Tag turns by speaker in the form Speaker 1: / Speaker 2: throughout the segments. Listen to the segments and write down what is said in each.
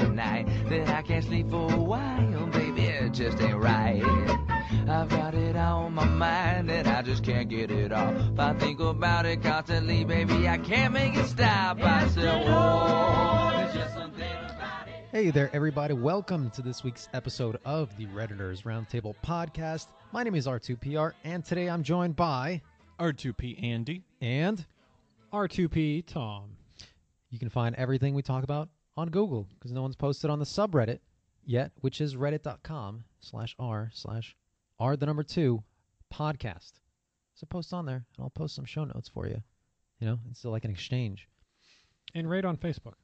Speaker 1: that I can't sleep for a while, baby, it just ain't right. I've got it on my mind and I just can't get it off. I think about it constantly, baby, I can't make it stop. I said, oh, there's just something about it.
Speaker 2: Hey there, everybody. Welcome to this week's episode of the Redditors Roundtable podcast. My name is R2PR, and today I'm joined by
Speaker 3: R2P Andy.
Speaker 2: and
Speaker 3: R2P Tom.
Speaker 2: you can find everything we talk about on Google because no one's posted on the subreddit yet, which is reddit.com slash r slash r the number two podcast. So post on there, and I'll post some show notes for you. You know, it's like an exchange.
Speaker 4: and rate on Facebook.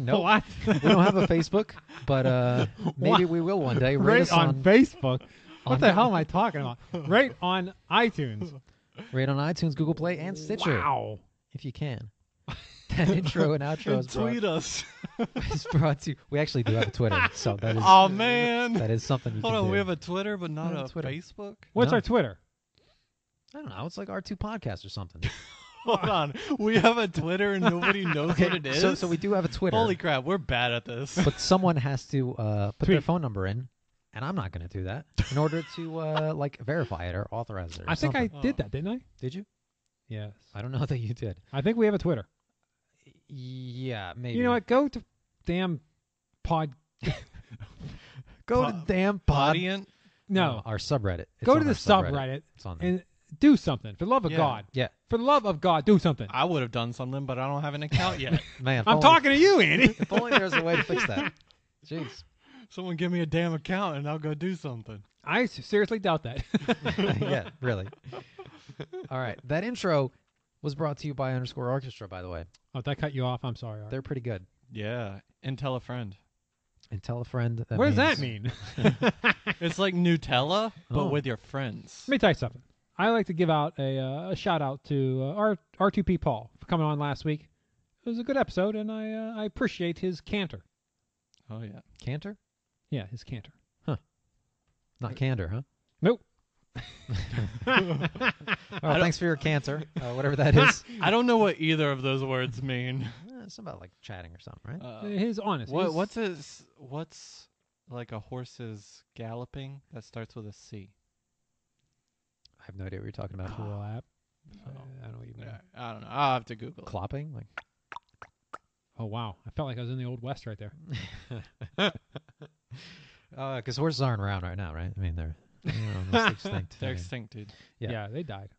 Speaker 2: no,
Speaker 4: What?
Speaker 2: we don't have a Facebook, but uh, maybe we will one day. Rate,
Speaker 4: rate
Speaker 2: us
Speaker 4: on,
Speaker 2: on on-
Speaker 4: Facebook. What the hell am I talking about? rate on iTunes.
Speaker 2: Rate on iTunes, Google Play, and Stitcher
Speaker 4: Wow.
Speaker 2: if you can. That intro and outro is brought,
Speaker 3: Tweet us.
Speaker 2: is brought to you. We actually do have a Twitter, so that is
Speaker 4: Um,
Speaker 3: oh man.
Speaker 2: that is something you
Speaker 3: Hold
Speaker 2: can
Speaker 3: on,
Speaker 2: do.
Speaker 3: we have a Twitter but not
Speaker 2: Yeah,
Speaker 3: a
Speaker 2: Twitter.
Speaker 3: Facebook.
Speaker 4: What's
Speaker 2: No.
Speaker 4: our Twitter?
Speaker 2: I don't know. It's like R two podcast or something.
Speaker 3: Hold on, we have a Twitter and nobody knows what it is.
Speaker 2: so so we do have a Twitter,
Speaker 3: Holy crap, we're bad at this.
Speaker 2: but someone has to uh, put their
Speaker 4: Tweet.
Speaker 2: phone number in, and I'm not going to do that in order to uh, like verify it or authorize it. Or
Speaker 4: I think I
Speaker 2: something.
Speaker 4: did
Speaker 3: Oh.
Speaker 4: that, didn't I?
Speaker 2: did you.
Speaker 4: Yes.
Speaker 2: I don't know that you did.
Speaker 4: I think we have a Twitter.
Speaker 2: Yeah, maybe.
Speaker 4: You know what? Go to damn pod.
Speaker 2: Go to
Speaker 3: Po-
Speaker 2: damn pod. uh,
Speaker 3: Audience.
Speaker 4: No.
Speaker 2: our subreddit. Oh, It's
Speaker 4: Go
Speaker 2: on
Speaker 4: to the
Speaker 2: our
Speaker 4: subreddit
Speaker 2: It's on there.
Speaker 4: and do something. For the love of
Speaker 3: Yeah.
Speaker 4: God.
Speaker 2: Yeah.
Speaker 4: For the love of God, do something.
Speaker 3: I would have done something, but I don't have an account yet.
Speaker 2: Man, if
Speaker 4: I'm
Speaker 2: only-
Speaker 4: talking to you, Andy.
Speaker 2: If only there's a way to fix that. Jeez.
Speaker 3: Someone give me a damn account and I'll go do something.
Speaker 4: I s- seriously doubt that.
Speaker 2: yeah, really. All right. That intro was brought to you by Underscore Orchestra, by the way.
Speaker 4: oh, if that cut you off. I'm sorry. Art.
Speaker 2: They're pretty good.
Speaker 3: Yeah, and tell a friend.
Speaker 2: And tell a friend. That
Speaker 4: what does that
Speaker 2: means-
Speaker 4: mean?
Speaker 3: It's like Nutella, but
Speaker 2: Oh.
Speaker 3: with your friends.
Speaker 4: Let me tell you something. I like to give out a, uh, a shout out to uh, R R2P Paul for coming on last week. It was a good episode, and I uh, I appreciate his canter.
Speaker 3: Oh yeah.
Speaker 2: Cantor?
Speaker 4: Yeah, his canter.
Speaker 2: Not candor, huh?
Speaker 4: Nope.
Speaker 2: All right. Thanks for your cancer, uh, whatever that is.
Speaker 3: I don't know what either of those words mean.
Speaker 2: Eh, it's about like chatting or something, right?
Speaker 3: Uh,
Speaker 4: his honest.
Speaker 3: What,
Speaker 4: his-
Speaker 3: what's his, what's like a horse's galloping that starts with a C?
Speaker 2: I have no idea what you're talking about.
Speaker 4: Cool app.
Speaker 3: Oh.
Speaker 4: I don't even. know.
Speaker 3: Yeah, I don't know. I'll have to Google. it.
Speaker 2: Clopping? Like,
Speaker 4: Oh wow, I felt like I was in the old west right there.
Speaker 2: because horses aren't around right now, right? I mean, they're they're almost extinct.
Speaker 3: They're
Speaker 2: I mean,
Speaker 3: extinct, dude.
Speaker 2: Yeah.
Speaker 4: Yeah, they died.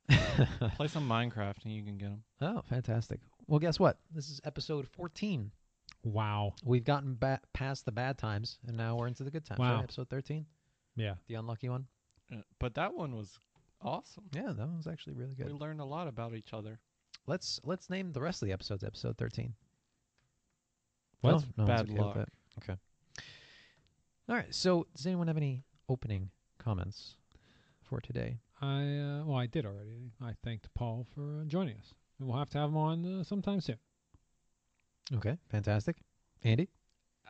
Speaker 3: Play some Minecraft and you can get them.
Speaker 2: oh, fantastic. Well, guess what? This is episode 14.
Speaker 4: Wow.
Speaker 2: We've gotten ba- past the bad times, and now we're into the good times.
Speaker 4: Wow.
Speaker 2: Right? Episode 13,
Speaker 4: Yeah.
Speaker 2: the unlucky one.
Speaker 3: Uh, But that one was awesome.
Speaker 2: Yeah, that one was actually really good.
Speaker 3: We learned a lot about each other.
Speaker 2: Let's let's name the rest of the episodes episode 13.
Speaker 4: What?
Speaker 2: No, no one's
Speaker 3: Bad
Speaker 2: okay with
Speaker 3: luck.
Speaker 2: that. Okay. All right. So, does anyone have any opening comments for today?
Speaker 4: I uh, well, I did already. I thanked Paul for uh, joining us, and we'll have to have him on uh, sometime soon.
Speaker 2: Okay, fantastic. Andy?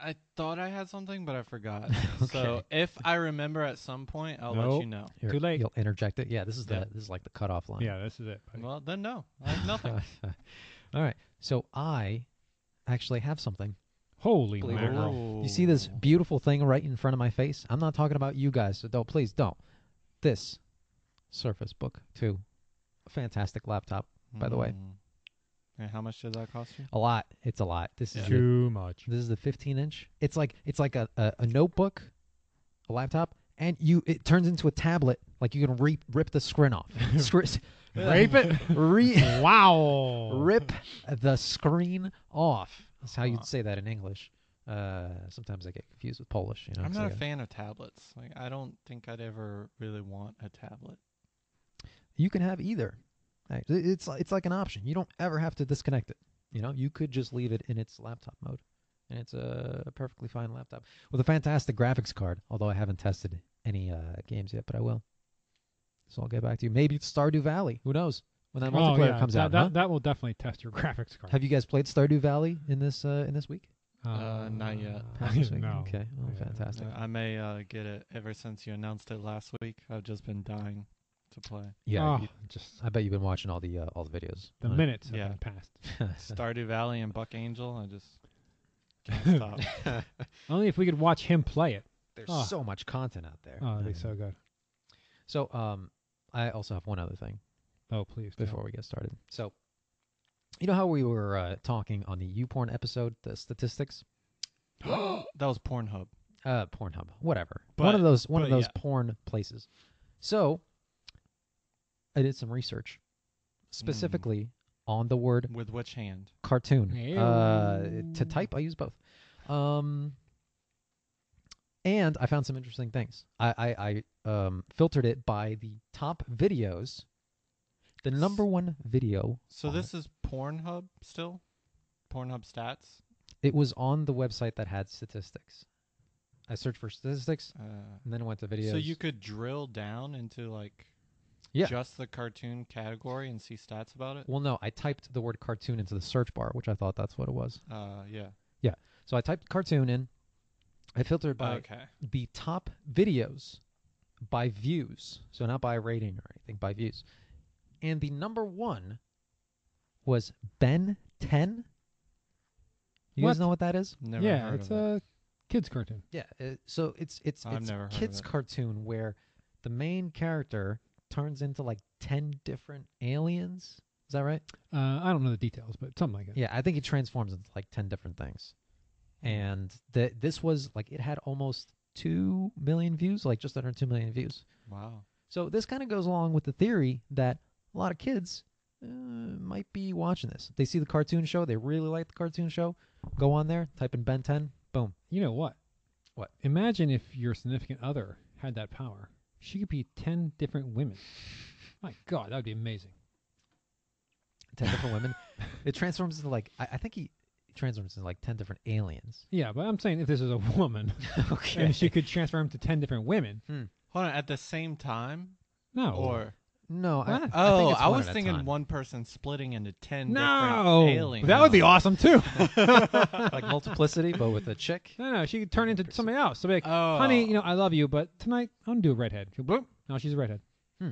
Speaker 3: I thought I had something, but I forgot. So
Speaker 2: Okay.
Speaker 3: if I remember at some point, I'll let you know.
Speaker 2: Here,
Speaker 4: Too late.
Speaker 2: You'll interject it. Yeah, this is the
Speaker 3: Yeah.
Speaker 2: this is like the cutoff line.
Speaker 4: Yeah, this is it. buddy.
Speaker 3: Well, then no. I have nothing.
Speaker 2: All right. So, I actually have something.
Speaker 4: Holy
Speaker 2: Believe it or not.
Speaker 4: mackerel!
Speaker 2: You see this
Speaker 3: Ooh.
Speaker 2: beautiful thing right in front of my face? I'm not talking about you guys, so don't please don't. This Surface Book 2. Fantastic laptop. by the way.
Speaker 3: Mm. And how much does that cost you?
Speaker 2: A lot. It's a lot. This is the,
Speaker 4: Too much.
Speaker 2: this is the 15 inch. It's like it's like a, a, a notebook, a laptop, and you it turns into a tablet. Like you can re- rip the screen off. Scr-
Speaker 4: Rape it.
Speaker 2: re-
Speaker 4: wow.
Speaker 3: Oh.
Speaker 2: rip the screen off. That's how you'd say that in English. Uh, sometimes I get confused with Polish. You know,
Speaker 3: I'm
Speaker 2: 'cause I
Speaker 3: not a
Speaker 2: got-
Speaker 3: fan of tablets. Like I don't think I'd ever really want a tablet.
Speaker 2: you can have either. Right. It- It's li- it's like an option. You don't ever have to disconnect it. You know, you could just leave it in its laptop mode, and it's a perfectly fine laptop with a fantastic graphics card. Although I haven't tested any uh, games yet, but I will. So I'll get back to you. Maybe it's Stardew Valley. Who knows when that
Speaker 4: Oh,
Speaker 2: multiplayer
Speaker 4: yeah,
Speaker 2: comes
Speaker 4: that,
Speaker 2: out?
Speaker 4: That,
Speaker 2: huh?
Speaker 4: that will definitely test your graphics card.
Speaker 2: Have you guys played Stardew Valley in this uh, in this week?
Speaker 3: Uh, not yet.
Speaker 2: Past this week?
Speaker 4: no.
Speaker 2: Okay. Oh,
Speaker 4: Yeah.
Speaker 2: fantastic.
Speaker 3: Uh, I may uh, get it ever since you announced it last week. I've just been dying to play.
Speaker 2: Yeah.
Speaker 4: Oh,
Speaker 2: you-
Speaker 4: just
Speaker 2: I bet you've been watching all the uh, all the videos.
Speaker 4: the
Speaker 2: on it.
Speaker 4: minutes have
Speaker 3: Yeah.
Speaker 4: been passed.
Speaker 3: Stardew Valley and Buck Angel. I just Can't stop.
Speaker 4: Only if we could watch him play it.
Speaker 2: There's
Speaker 4: Ah.
Speaker 2: so much content out there.
Speaker 4: Oh,
Speaker 2: I
Speaker 4: that'd be
Speaker 2: mean,
Speaker 4: so good.
Speaker 2: So, um, I also have one other thing
Speaker 4: Oh, please.
Speaker 2: before we get started. So, you know how we were uh, talking on the YouPorn episode, the statistics,
Speaker 3: that was Pornhub.
Speaker 2: uh, Pornhub, whatever, one of
Speaker 3: But-
Speaker 2: those, one of
Speaker 3: but
Speaker 2: those porn places. So, I did some research specifically
Speaker 3: Hmm.
Speaker 2: on the word
Speaker 3: With which hand?
Speaker 2: cartoon. Uh, to
Speaker 4: Ew.
Speaker 2: type, I use both. Um, and I found some interesting things. I, I, I um, filtered it by the top videos. The number one video.
Speaker 3: So
Speaker 2: on
Speaker 3: this is Pornhub still? Pornhub stats?
Speaker 2: it, it was on the website that had statistics. I searched for statistics
Speaker 3: Uh,
Speaker 2: and then I went to videos.
Speaker 3: so you could drill down into like
Speaker 2: Yeah.
Speaker 3: just the cartoon category and see stats about it?
Speaker 2: well, no, I typed the word cartoon into the search bar, which I thought that's what it was.
Speaker 3: Uh, yeah.
Speaker 2: So I typed cartoon in. I filtered by
Speaker 3: okay.
Speaker 2: the top videos by views, so not by rating or anything, by views. And the number one was Ben 10. You guys
Speaker 4: What?
Speaker 2: know what that is?
Speaker 3: Never
Speaker 4: yeah,
Speaker 3: heard
Speaker 4: it's
Speaker 3: of it.
Speaker 4: a kids cartoon.
Speaker 2: Yeah. uh, so it's it's
Speaker 3: I've
Speaker 2: it's
Speaker 3: never heard of
Speaker 2: kids
Speaker 3: it.
Speaker 2: cartoon where the main character turns into like 10 different aliens. Is that right?
Speaker 4: Uh, I don't know the details, but something like that.
Speaker 2: Yeah, I think he transforms into like 10 different things.
Speaker 3: Hmm.
Speaker 2: And the, this was like it had almost 2 million views, like just under 2 million views.
Speaker 3: Wow.
Speaker 2: So this kind of goes along with the theory that a lot of kids uh, might be watching this. They see the cartoon show, they really like the cartoon show. Go on there, type in Ben 10, boom.
Speaker 4: You know what?
Speaker 2: What?
Speaker 4: Imagine if your significant other had that power. She could be 10 different women. My God, that would be amazing.
Speaker 2: 10 different women. It transforms into like I, I think he transforms into like 10 different aliens.
Speaker 4: Yeah, but I'm saying if this is a woman
Speaker 2: okay.
Speaker 4: and she could transform to 10 different women,
Speaker 3: Hold on, at the same time?
Speaker 4: no.
Speaker 3: Or
Speaker 2: no, I, I
Speaker 4: What?
Speaker 2: think
Speaker 3: Oh,
Speaker 2: it's
Speaker 3: I
Speaker 2: one
Speaker 3: was
Speaker 2: at a
Speaker 3: thinking
Speaker 2: time.
Speaker 3: one person splitting into ten
Speaker 4: no.
Speaker 3: different aliens.
Speaker 4: That would be awesome too.
Speaker 2: like multiplicity but with a chick.
Speaker 4: no, no, she could turn into somebody else. So be like,
Speaker 3: Oh.
Speaker 4: honey, you know, I love you, but tonight I'm going to do a redhead. She bloop. No, she's a redhead.
Speaker 2: Hmm.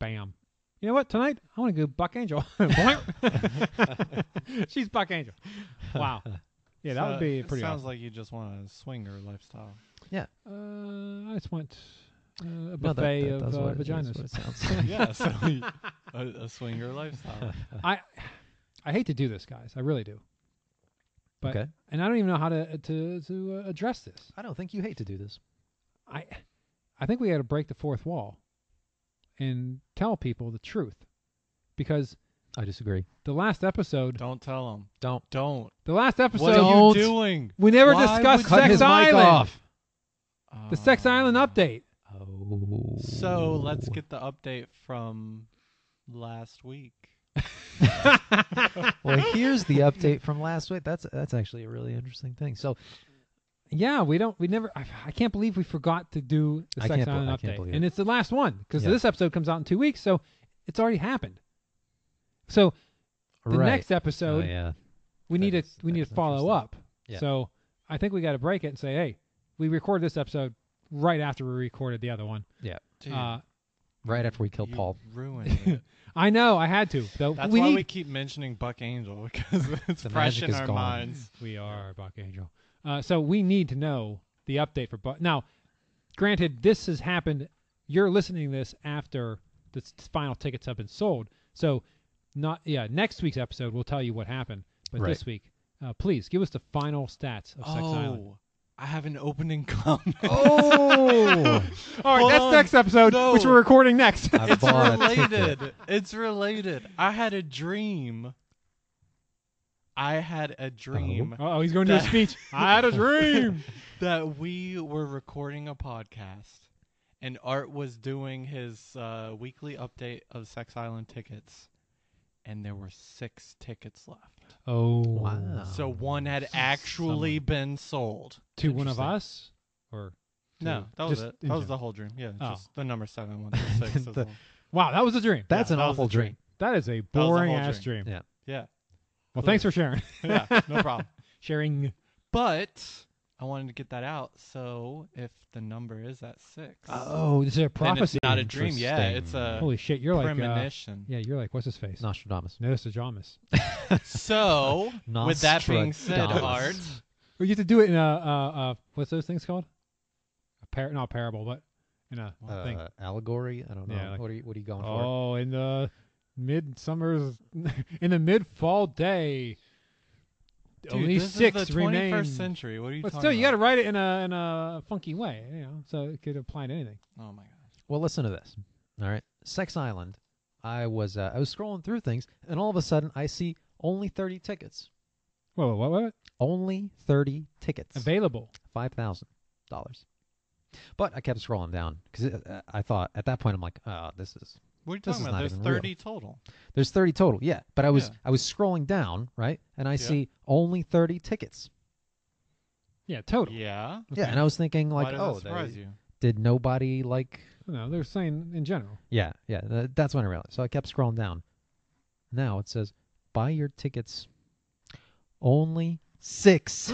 Speaker 4: Bam. You know what? Tonight I want to go Buck Angel. Boink. she's Buck Angel. Wow. Yeah, that
Speaker 3: So
Speaker 4: would be
Speaker 3: it
Speaker 4: pretty
Speaker 3: Sounds
Speaker 4: awesome.
Speaker 3: like you just want a swinger lifestyle.
Speaker 4: Uh, I just want uh, a
Speaker 2: No, that-
Speaker 4: buffet
Speaker 2: that- that's
Speaker 4: of uh,
Speaker 2: what it is,
Speaker 4: vaginas.
Speaker 2: what it sounds like.
Speaker 3: yeah, so you- a, a swinger lifestyle.
Speaker 4: I I hate to do this, guys. I really do. But
Speaker 2: Okay.
Speaker 4: and I don't even know how to to to uh, address this.
Speaker 2: I don't think you hate to do this.
Speaker 4: I I think we got to break the fourth wall and tell people the truth because
Speaker 2: I disagree.
Speaker 4: the last episode,
Speaker 3: Don't tell them.
Speaker 2: Don't
Speaker 3: Don't.
Speaker 4: the last
Speaker 3: What
Speaker 4: episode,
Speaker 3: are you
Speaker 2: Don't.
Speaker 3: doing?
Speaker 4: we never
Speaker 3: Why
Speaker 4: discussed
Speaker 3: would Cut
Speaker 4: Sex
Speaker 3: his mic
Speaker 4: Island. The
Speaker 3: Oh.
Speaker 4: Sex Island update.
Speaker 2: Oh.
Speaker 3: So let's get the update from last week.
Speaker 2: Well, here's the update from last week. That's that's actually a really interesting thing. So
Speaker 4: Yeah, we don't. We never. I, I can't believe we forgot to do the
Speaker 2: I
Speaker 4: Sex
Speaker 2: can't bel-
Speaker 4: Island
Speaker 2: I can't
Speaker 4: update,
Speaker 2: believe
Speaker 4: and
Speaker 2: it.
Speaker 4: it's the last one because
Speaker 2: Yeah.
Speaker 4: this episode comes out in two weeks, so it's already happened. So the
Speaker 2: right.
Speaker 4: next episode,
Speaker 2: Oh, yeah.
Speaker 4: we
Speaker 2: That
Speaker 4: need to
Speaker 2: is-
Speaker 4: we
Speaker 2: that
Speaker 4: need
Speaker 2: is
Speaker 4: to follow
Speaker 2: interesting.
Speaker 4: up.
Speaker 2: Yeah.
Speaker 4: So I think we got to break it and say, hey, we recorded this episode right after we recorded the other one.
Speaker 3: Dude,
Speaker 4: Uh,
Speaker 2: Right after we kill
Speaker 3: you
Speaker 2: Paul.
Speaker 3: Ruined it.
Speaker 4: I know I had to. Though
Speaker 3: That's
Speaker 4: we
Speaker 3: why
Speaker 4: need,
Speaker 3: we keep mentioning Buck Angel because it's
Speaker 2: The
Speaker 3: fresh
Speaker 2: magic
Speaker 3: in
Speaker 2: is
Speaker 3: our
Speaker 2: gone.
Speaker 3: minds.
Speaker 4: We are Buck Angel. Uh, so we need to know the update for Buck. Now, granted, this has happened. You're listening to this after the s- final tickets have been sold. So, not yeah. Next week's episode, we'll tell you what happened. But
Speaker 2: Right.
Speaker 4: this week, uh, please give us the final stats of Sex Island.
Speaker 3: Oh, I have an opening comment.
Speaker 2: Oh,
Speaker 4: All right,
Speaker 3: Hold
Speaker 4: that's
Speaker 3: on.
Speaker 4: next episode, which
Speaker 3: No.
Speaker 4: we're recording next.
Speaker 2: I
Speaker 3: It's
Speaker 2: bought a ticket.
Speaker 3: related. It's related. I had a dream. I had a dream
Speaker 4: oh, he's going to a
Speaker 3: That-
Speaker 4: speech. I had a dream.
Speaker 3: that we were recording a podcast and Art was doing his uh, weekly update of Sex Island tickets and there were six tickets left.
Speaker 4: Oh,
Speaker 2: Wow.
Speaker 3: So one had actually been sold.
Speaker 4: to one of
Speaker 3: Interesting.
Speaker 4: us, or
Speaker 3: No,
Speaker 4: to-
Speaker 3: that was
Speaker 4: just
Speaker 3: it.
Speaker 4: in
Speaker 3: That was the
Speaker 4: general.
Speaker 3: whole dream. Yeah,
Speaker 4: Oh.
Speaker 3: just the number seven, one, two, six.
Speaker 2: The-
Speaker 3: is all.
Speaker 4: wow, that was a dream.
Speaker 2: That's
Speaker 3: Yeah,
Speaker 2: an
Speaker 3: that was
Speaker 2: awful
Speaker 3: the dream.
Speaker 2: dream.
Speaker 4: That is
Speaker 3: was
Speaker 4: a
Speaker 3: a
Speaker 4: boring
Speaker 3: whole
Speaker 4: ass
Speaker 3: dream.
Speaker 4: dream.
Speaker 2: Yeah.
Speaker 3: Yeah,
Speaker 4: Well, thanks for sharing.
Speaker 3: yeah, no problem.
Speaker 4: sharing.
Speaker 3: But I wanted to get that out. So if the number is at six,
Speaker 4: Oh, this is a
Speaker 3: then
Speaker 4: prophecy.
Speaker 3: it's not a dream. Yeah, it's
Speaker 2: Interesting.
Speaker 3: a
Speaker 4: Holy shit, you're like, uh,
Speaker 3: premonition.
Speaker 4: yeah, you're like, what's his face?
Speaker 2: Nostradamus.
Speaker 4: Nostradamus.
Speaker 3: So with that being said, Art,
Speaker 2: Nostradamus.
Speaker 4: Or you have to do it in a, a, a what's those things called? A par- not parable, but in a
Speaker 2: uh,
Speaker 4: thing.
Speaker 2: allegory. I don't know.
Speaker 4: Yeah, like-
Speaker 2: what are you What are you going for?
Speaker 4: Oh, in the midsummer's in the mid fall day.
Speaker 3: Dude,
Speaker 4: only
Speaker 3: this
Speaker 4: six
Speaker 3: is the 21st
Speaker 4: remain.
Speaker 3: century. What are you
Speaker 4: But
Speaker 3: talking
Speaker 4: still, you got to
Speaker 3: about?
Speaker 4: write it in a in a funky way, you know, so it could apply to anything.
Speaker 3: Oh my god.
Speaker 2: Well, listen to this. All right, Sex Island. I was uh, I was scrolling through things, and all of a sudden, I see only thirty tickets.
Speaker 4: Whoa, whoa, whoa, whoa.
Speaker 2: Only thirty tickets.
Speaker 4: Available.
Speaker 2: five thousand dollars. But I kept scrolling down because uh, I thought at that point I'm like, oh, this is
Speaker 3: What are you
Speaker 2: This
Speaker 3: talking
Speaker 2: is
Speaker 3: about?
Speaker 2: not
Speaker 3: There's
Speaker 2: even real.
Speaker 3: 30 total.
Speaker 2: there's thirty total, yeah. But I was
Speaker 3: Yeah.
Speaker 2: I was scrolling down right, and I
Speaker 3: Yeah.
Speaker 2: see only thirty tickets.
Speaker 4: Yeah, total.
Speaker 3: Yeah.
Speaker 2: Yeah, and I was thinking
Speaker 3: Why
Speaker 2: like,
Speaker 3: does
Speaker 2: oh,
Speaker 3: that
Speaker 2: they-
Speaker 3: surprise you?
Speaker 2: did nobody like?
Speaker 4: No, they're saying in general.
Speaker 2: Yeah, yeah. th- that's when I realized. So I kept scrolling down. Now it says buy your tickets. Only six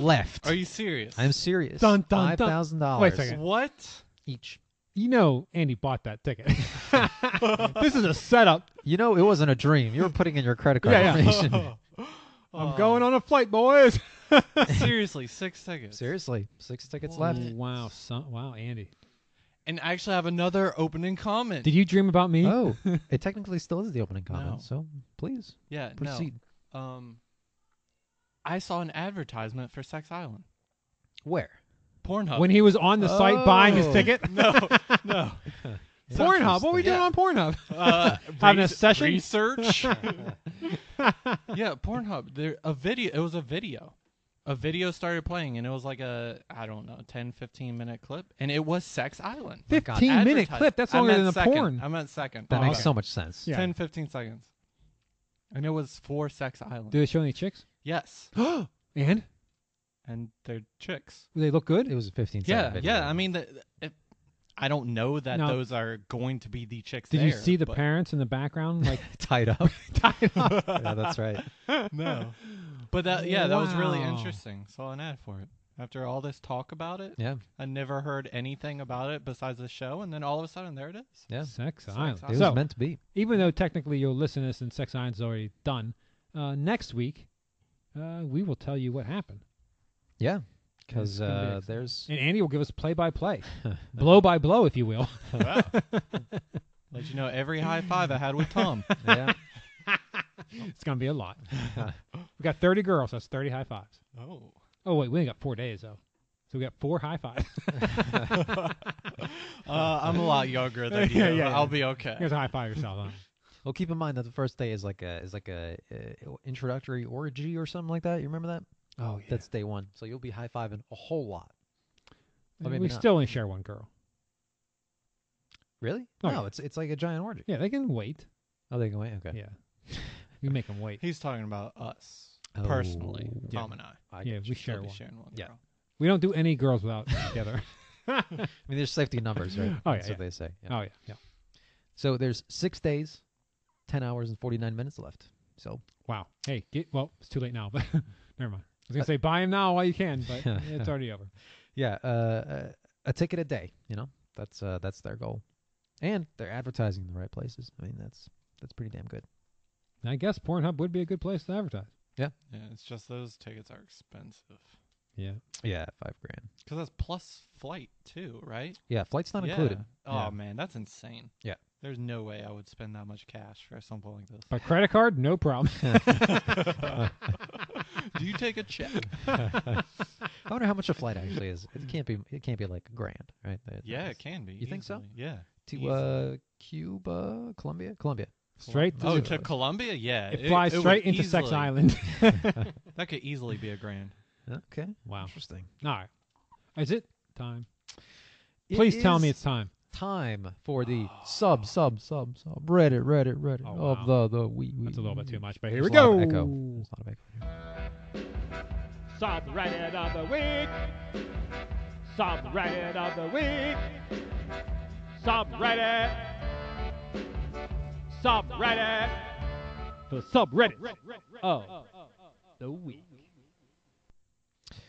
Speaker 2: left.
Speaker 3: Are you serious?
Speaker 2: I'm serious.
Speaker 4: Dun, dun,
Speaker 2: Five
Speaker 4: dun.
Speaker 2: thousand
Speaker 4: Wait
Speaker 2: dollars
Speaker 4: a second.
Speaker 3: What?
Speaker 2: each.
Speaker 4: You know, Andy bought that ticket. this is a setup.
Speaker 2: You know, it wasn't a dream. You were putting in your credit card
Speaker 4: Yeah, yeah.
Speaker 2: information.
Speaker 4: I'm going on a flight, boys.
Speaker 3: Oh, Seriously, six tickets.
Speaker 2: Seriously, six tickets
Speaker 3: Whoa.
Speaker 2: left.
Speaker 4: wow, son, wow, Andy.
Speaker 3: And I actually have another opening comment.
Speaker 4: Did you dream about me?
Speaker 2: Oh, it technically still is the opening comment.
Speaker 3: No.
Speaker 2: So please
Speaker 3: yeah,
Speaker 2: proceed.
Speaker 3: no. Um, I saw an advertisement for Sex Island.
Speaker 2: Where?
Speaker 3: Pornhub.
Speaker 4: When he was on the site buying his
Speaker 2: Oh.
Speaker 4: ticket?
Speaker 3: no, no.
Speaker 4: Pornhub. What are we doing
Speaker 3: Yeah.
Speaker 4: on Pornhub?
Speaker 3: Uh,
Speaker 4: Having a
Speaker 3: res-
Speaker 4: session?
Speaker 3: Research. yeah, Pornhub. There a video. It was a video. A video started playing, and it was like a I don't know 10, 15 minute clip, and it was Sex Island.
Speaker 2: My God.
Speaker 4: 15 minute
Speaker 3: Advertise-
Speaker 4: clip. That's
Speaker 3: I
Speaker 4: longer
Speaker 3: meant
Speaker 4: than the
Speaker 3: second.
Speaker 4: porn.
Speaker 3: I meant second.
Speaker 2: That
Speaker 4: Oh,
Speaker 2: makes
Speaker 4: okay.
Speaker 2: so much sense.
Speaker 4: Yeah.
Speaker 3: 10, 15 seconds. And it was for Sex Island.
Speaker 4: Do they show any chicks?
Speaker 3: Yes.
Speaker 4: and?
Speaker 3: And they're chicks.
Speaker 4: Do they look good?
Speaker 2: It was a 15 second
Speaker 3: Yeah,
Speaker 2: video.
Speaker 3: yeah. I mean, the, it, I don't know that
Speaker 4: Now-
Speaker 3: those are going to be the chicks.
Speaker 4: Did you
Speaker 3: there,
Speaker 4: see the
Speaker 3: but-
Speaker 4: parents in the background? Like,
Speaker 2: tied up. yeah, that's right.
Speaker 3: No. But that, yeah, that was really
Speaker 4: Wow.
Speaker 3: interesting. Saw an ad for it. After all this talk about it,
Speaker 2: Yeah,
Speaker 3: I never heard anything about it besides the show, and then all of a sudden, there it is.
Speaker 2: yeah.
Speaker 4: Sex
Speaker 3: Sex
Speaker 4: Island.
Speaker 2: It was
Speaker 4: So,
Speaker 2: meant to be.
Speaker 4: even though technically you'll listen to this and Sex Island's already done, uh, next week uh, we will tell you what happened.
Speaker 2: Yeah, because
Speaker 4: It's gonna be
Speaker 2: uh,
Speaker 4: excellent.
Speaker 2: there's
Speaker 4: And Andy will give us play by play, blow by blow, if you will.
Speaker 3: Wow. Let you know every high five I had with Tom.
Speaker 2: yeah.
Speaker 4: it's going to be a lot. we got 30 girls. That's 30 high fives.
Speaker 3: oh.
Speaker 4: Oh, wait, we only got four days, though. So we got four high fives.
Speaker 3: Uh, I'm a lot younger than you.
Speaker 4: Yeah, yeah,
Speaker 3: I'll
Speaker 4: yeah.
Speaker 3: be okay.
Speaker 4: you guys high five yourself. Huh?
Speaker 2: Well, keep in mind that the first day is like a is like a uh, introductory orgy or something like that. You remember that?
Speaker 4: Oh, yeah.
Speaker 2: That's day one. So you'll be high fiving a whole lot. Or maybe
Speaker 4: we
Speaker 2: not.
Speaker 4: still only share one girl.
Speaker 2: Really?
Speaker 4: Oh,
Speaker 2: no,
Speaker 4: yeah.
Speaker 2: it's it's like a giant orgy.
Speaker 4: Yeah, they can wait.
Speaker 2: Oh, they can wait. Okay.
Speaker 4: Yeah. You make them wait.
Speaker 3: He's talking about us personally,
Speaker 2: Oh.
Speaker 3: Tom and I.
Speaker 2: I
Speaker 4: Yeah,
Speaker 2: get you.
Speaker 4: we
Speaker 3: She'll
Speaker 4: share
Speaker 3: be
Speaker 4: one.
Speaker 3: sharing one
Speaker 2: Yeah.
Speaker 3: girl.
Speaker 4: We don't do any girls without together. oh yeah,
Speaker 2: I mean, there's safety numbers, right?
Speaker 4: Oh, yeah,
Speaker 2: That's
Speaker 4: yeah.
Speaker 2: what they say. Yeah.
Speaker 4: yeah.
Speaker 2: So there's six days, ten hours and forty nine minutes left. So
Speaker 4: Wow. Hey, get well. It's too late now, but never mind. I was gonna say buy him now while you can, but it's already over.
Speaker 2: yeah, uh, uh, a ticket a day. You know, that's uh, that's their goal, and they're advertising in the right places. I mean, that's that's pretty damn good.
Speaker 4: I guess Pornhub would be a good place to advertise.
Speaker 3: Yeah, it's just those tickets are expensive.
Speaker 4: Yeah.
Speaker 2: Yeah, five grand.
Speaker 3: Because that's plus flight, too, right?
Speaker 2: Yeah, flight's not
Speaker 3: yeah.
Speaker 2: included.
Speaker 3: Oh,
Speaker 2: Yeah.
Speaker 3: man, that's insane.
Speaker 2: Yeah.
Speaker 3: There's no way I would spend that much cash for something like this.
Speaker 4: By credit card, no problem.
Speaker 3: Do you take a check?
Speaker 2: I wonder how much a flight actually is. It can't be. It can't be like a grand, right? That-
Speaker 3: yeah,
Speaker 2: that's-
Speaker 3: it can be.
Speaker 2: You think so?
Speaker 3: easily. Yeah.
Speaker 2: To uh, Cuba, Colombia, Colombia.
Speaker 4: straight to,
Speaker 3: Oh,
Speaker 2: Easily.
Speaker 3: to Colombia? Yeah.
Speaker 4: it flies
Speaker 3: would
Speaker 4: straight into Sex
Speaker 3: easily-
Speaker 4: Island.
Speaker 3: That could easily be a grand.
Speaker 2: Okay,
Speaker 4: wow.
Speaker 2: interesting.
Speaker 4: All right. Is it time?
Speaker 2: It
Speaker 4: Please tell me
Speaker 2: is
Speaker 4: it's time.
Speaker 2: time for the
Speaker 3: Ah.
Speaker 2: sub sub sub sub Reddit Reddit Reddit
Speaker 4: Oh,
Speaker 2: of the the we we.
Speaker 4: That's a little bit too much, but here
Speaker 2: There's
Speaker 4: we
Speaker 2: a lot
Speaker 4: go.
Speaker 2: of echo. There's a lot of echo here.
Speaker 4: Subreddit of the week. Subreddit of the week. Subreddit. Subreddit. The subreddit of the week.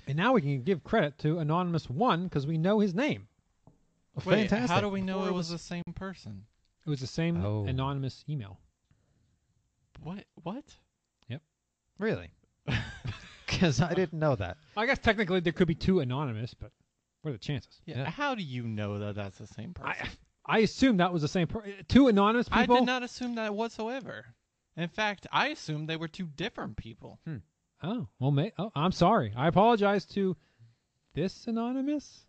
Speaker 4: And now we can give credit to Anonymous One because we know his name.
Speaker 2: Well,
Speaker 3: Wait,
Speaker 2: fantastic.
Speaker 3: How do we know
Speaker 2: Before
Speaker 3: it was the same person?
Speaker 4: It was the same
Speaker 2: Oh.
Speaker 4: anonymous email.
Speaker 3: What? What?
Speaker 2: Really? because I didn't know that.
Speaker 4: I guess technically there could be two anonymous, but what are the chances?
Speaker 3: Yeah.
Speaker 2: Yeah.
Speaker 3: How do you know that that's the same person?
Speaker 4: I I assume that was the same per- two anonymous
Speaker 3: I
Speaker 4: people.
Speaker 3: did not assume that whatsoever. In fact, I assumed they were two different people.
Speaker 4: Oh well, may- oh, I'm sorry. I apologize to this anonymous.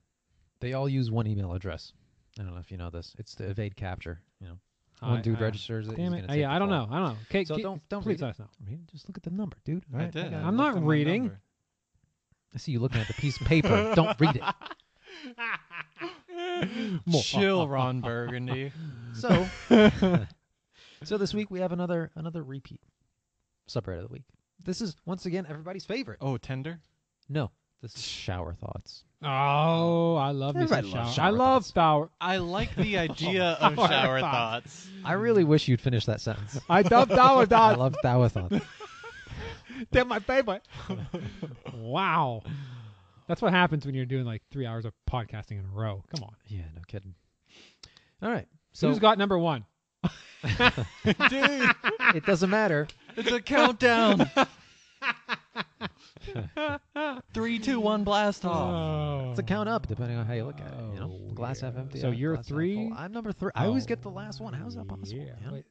Speaker 2: They all use one email address. I don't know if you know this. It's to evade capture. You know,
Speaker 4: I-
Speaker 2: one dude
Speaker 4: I-
Speaker 2: registers it.
Speaker 4: Damn
Speaker 2: he's gonna
Speaker 4: it! Uh,
Speaker 2: take
Speaker 4: yeah,
Speaker 2: the
Speaker 4: I don't
Speaker 2: fall.
Speaker 4: know. I don't know. Okay,
Speaker 2: So
Speaker 4: ke-
Speaker 2: don't- don't read
Speaker 4: please
Speaker 2: it.
Speaker 4: let us know.
Speaker 2: I mean, just look at the number, dude. All
Speaker 3: I
Speaker 2: right, I
Speaker 3: did.
Speaker 2: got
Speaker 3: I
Speaker 2: it.
Speaker 4: I'm
Speaker 3: looked
Speaker 4: not
Speaker 3: at my
Speaker 4: reading.
Speaker 3: number.
Speaker 2: I see you looking at the piece of paper. don't read it. More.
Speaker 3: Chill, Ron Burgundy.
Speaker 2: So, so this week we have another another repeat subreddit of the week. This is once again everybody's favorite.
Speaker 3: Oh, Tinder?
Speaker 2: No, this is shower thoughts.
Speaker 4: Oh, I love me some
Speaker 2: Everybody loves
Speaker 4: shower. I
Speaker 2: shower
Speaker 4: love
Speaker 2: thoughts.
Speaker 4: shower.
Speaker 3: I like the idea of
Speaker 4: Shower
Speaker 3: shower
Speaker 4: thoughts.
Speaker 3: Oh, thoughts.
Speaker 2: I really wish you'd finish that sentence.
Speaker 4: I love Hmm. shower
Speaker 2: I
Speaker 4: thoughts.
Speaker 2: love shower thoughts.
Speaker 4: They're my favorite. wow, that's what happens when you're doing like three hours of podcasting in a row. Come on.
Speaker 2: Yeah, no kidding. All right,
Speaker 4: So
Speaker 2: so
Speaker 4: who's got number one?
Speaker 3: Dude,
Speaker 2: it doesn't matter.
Speaker 3: it's a countdown. Three, two, one, blast off.
Speaker 4: Oh.
Speaker 2: It's a count up depending on how you look at it. You know,
Speaker 4: Oh,
Speaker 2: glass half
Speaker 4: yeah.
Speaker 2: empty.
Speaker 4: So
Speaker 2: half-
Speaker 4: you're
Speaker 2: glass half
Speaker 4: three? Oh.
Speaker 2: full. I'm number three. I always get the last one. How is that possible?
Speaker 4: Yeah.
Speaker 2: man?
Speaker 4: Wait.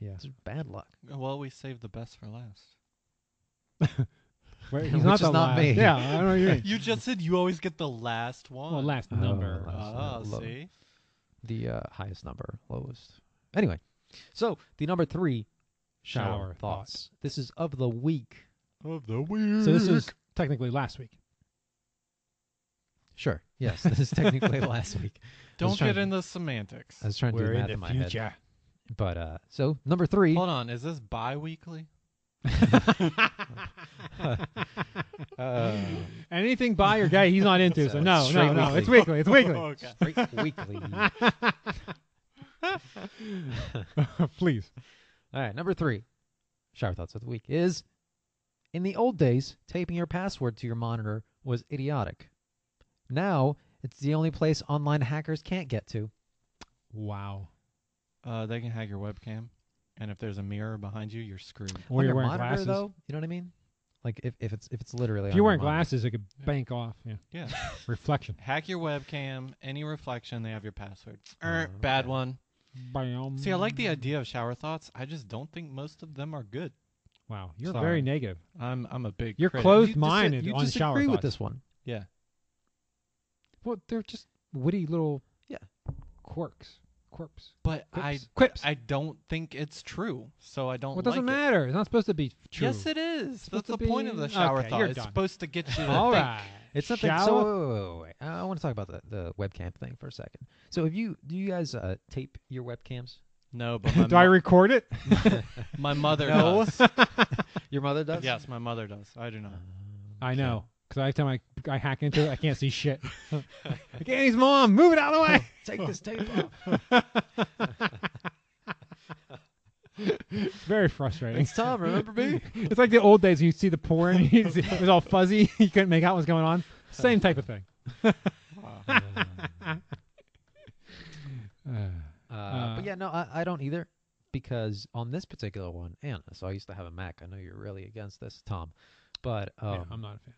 Speaker 4: yeah.
Speaker 2: It's bad luck.
Speaker 3: Uh, well, we saved the best for last.
Speaker 4: Wait, he's
Speaker 2: Which
Speaker 4: not
Speaker 2: is
Speaker 4: the
Speaker 2: not
Speaker 4: last.
Speaker 2: me.
Speaker 4: Yeah, I don't know what you mean.
Speaker 3: You just said you always get the last one.
Speaker 4: well, last
Speaker 2: Oh,
Speaker 4: number. uh,
Speaker 2: last.
Speaker 3: Oh,
Speaker 2: Low.
Speaker 3: see?
Speaker 2: The uh, highest number, lowest. Anyway, so the number three, shower,
Speaker 4: Shower
Speaker 2: thoughts. Mm-hmm. This is of the week.
Speaker 3: Of the week.
Speaker 4: So this is technically last week.
Speaker 2: Sure. Yes, this is technically last week.
Speaker 3: Don't
Speaker 2: trying
Speaker 3: get
Speaker 2: to-
Speaker 3: in the semantics.
Speaker 2: I was trying to do math in, my head. Oh, But uh, so number three.
Speaker 3: Hold on, is this bi-weekly?
Speaker 2: Uh,
Speaker 4: Anything by or gay, he's not into.
Speaker 2: So
Speaker 4: so
Speaker 2: it's
Speaker 4: no, no,
Speaker 2: straight
Speaker 4: no. It's
Speaker 2: weekly.
Speaker 4: weekly. It's weekly.
Speaker 3: okay.
Speaker 2: Straight weekly. All
Speaker 4: Please.
Speaker 2: right, number three, shower thoughts of the week is: in the old days, taping your password to your monitor was idiotic. Now it's the only place online hackers can't get to.
Speaker 4: Wow.
Speaker 3: Uh, they can hack your webcam, and if there's a mirror behind you, you're screwed.
Speaker 2: on
Speaker 4: Or you're
Speaker 2: your
Speaker 4: wearing
Speaker 2: monitor,
Speaker 4: glasses.
Speaker 2: though. You know what I mean? Like if, if it's if it's literally
Speaker 4: If
Speaker 2: on
Speaker 4: you're
Speaker 2: your
Speaker 4: wearing
Speaker 2: monitor.
Speaker 4: glasses, it could bank off. Yeah.
Speaker 3: Yeah.
Speaker 4: Reflection.
Speaker 3: hack your webcam, any reflection, they have your password. Er,
Speaker 2: Oh,
Speaker 3: Bad
Speaker 2: okay.
Speaker 3: one.
Speaker 4: Bam.
Speaker 3: See, I like
Speaker 2: uh,
Speaker 3: the idea of shower thoughts. I just don't think most of them are good.
Speaker 4: Wow, you're
Speaker 3: Sorry.
Speaker 4: very negative.
Speaker 3: I'm I'm a big
Speaker 4: You're
Speaker 3: critic.
Speaker 4: close-
Speaker 2: You
Speaker 4: Both
Speaker 2: disa-
Speaker 4: mine and
Speaker 2: you
Speaker 4: on shower
Speaker 2: disagree with
Speaker 4: thoughts.
Speaker 2: this one.
Speaker 3: Yeah.
Speaker 4: Well, they're just witty little
Speaker 2: Yeah.
Speaker 4: quirks, quirps.
Speaker 3: But I
Speaker 4: Quips. Quips.
Speaker 3: I don't think it's true, so I don't.
Speaker 4: Well, it doesn't
Speaker 3: like
Speaker 4: matter. It's not supposed to be
Speaker 3: It.
Speaker 4: true.
Speaker 3: Yes, it is.
Speaker 4: supposed
Speaker 3: That's
Speaker 4: to
Speaker 3: the point of
Speaker 4: be-
Speaker 3: the shower
Speaker 4: Okay,
Speaker 3: thought.
Speaker 4: you're
Speaker 3: It's
Speaker 4: done.
Speaker 3: supposed to get you. to
Speaker 4: All
Speaker 3: think.
Speaker 4: right.
Speaker 2: It's
Speaker 4: not
Speaker 2: something. So wait, wait, wait, wait, wait. I want to talk about the, the webcam thing for a second. So, if you do you guys uh, tape your webcams?
Speaker 3: No, but my,
Speaker 4: Do I
Speaker 3: mo-
Speaker 4: record it?
Speaker 3: my mother
Speaker 2: No.
Speaker 3: does.
Speaker 2: Your mother does.
Speaker 3: yes, my mother does. I do not.
Speaker 4: I know. Because every time I, I hack into it, I can't see shit. like, Annie's mom, move it out of the way.
Speaker 2: Take this tape off.
Speaker 4: It's very frustrating.
Speaker 2: It's Tom. Remember me?
Speaker 4: it's like the old days when you see the porn, you see- it was all fuzzy, you couldn't make out what was going on. Same type of thing. Uh,
Speaker 2: Uh,
Speaker 4: Uh,
Speaker 2: but yeah, no, I, I don't either because on this particular one, and so I used to have a Mac. I know you're really against this, Tom, but um,
Speaker 3: Oh.
Speaker 4: yeah, I'm not a fan.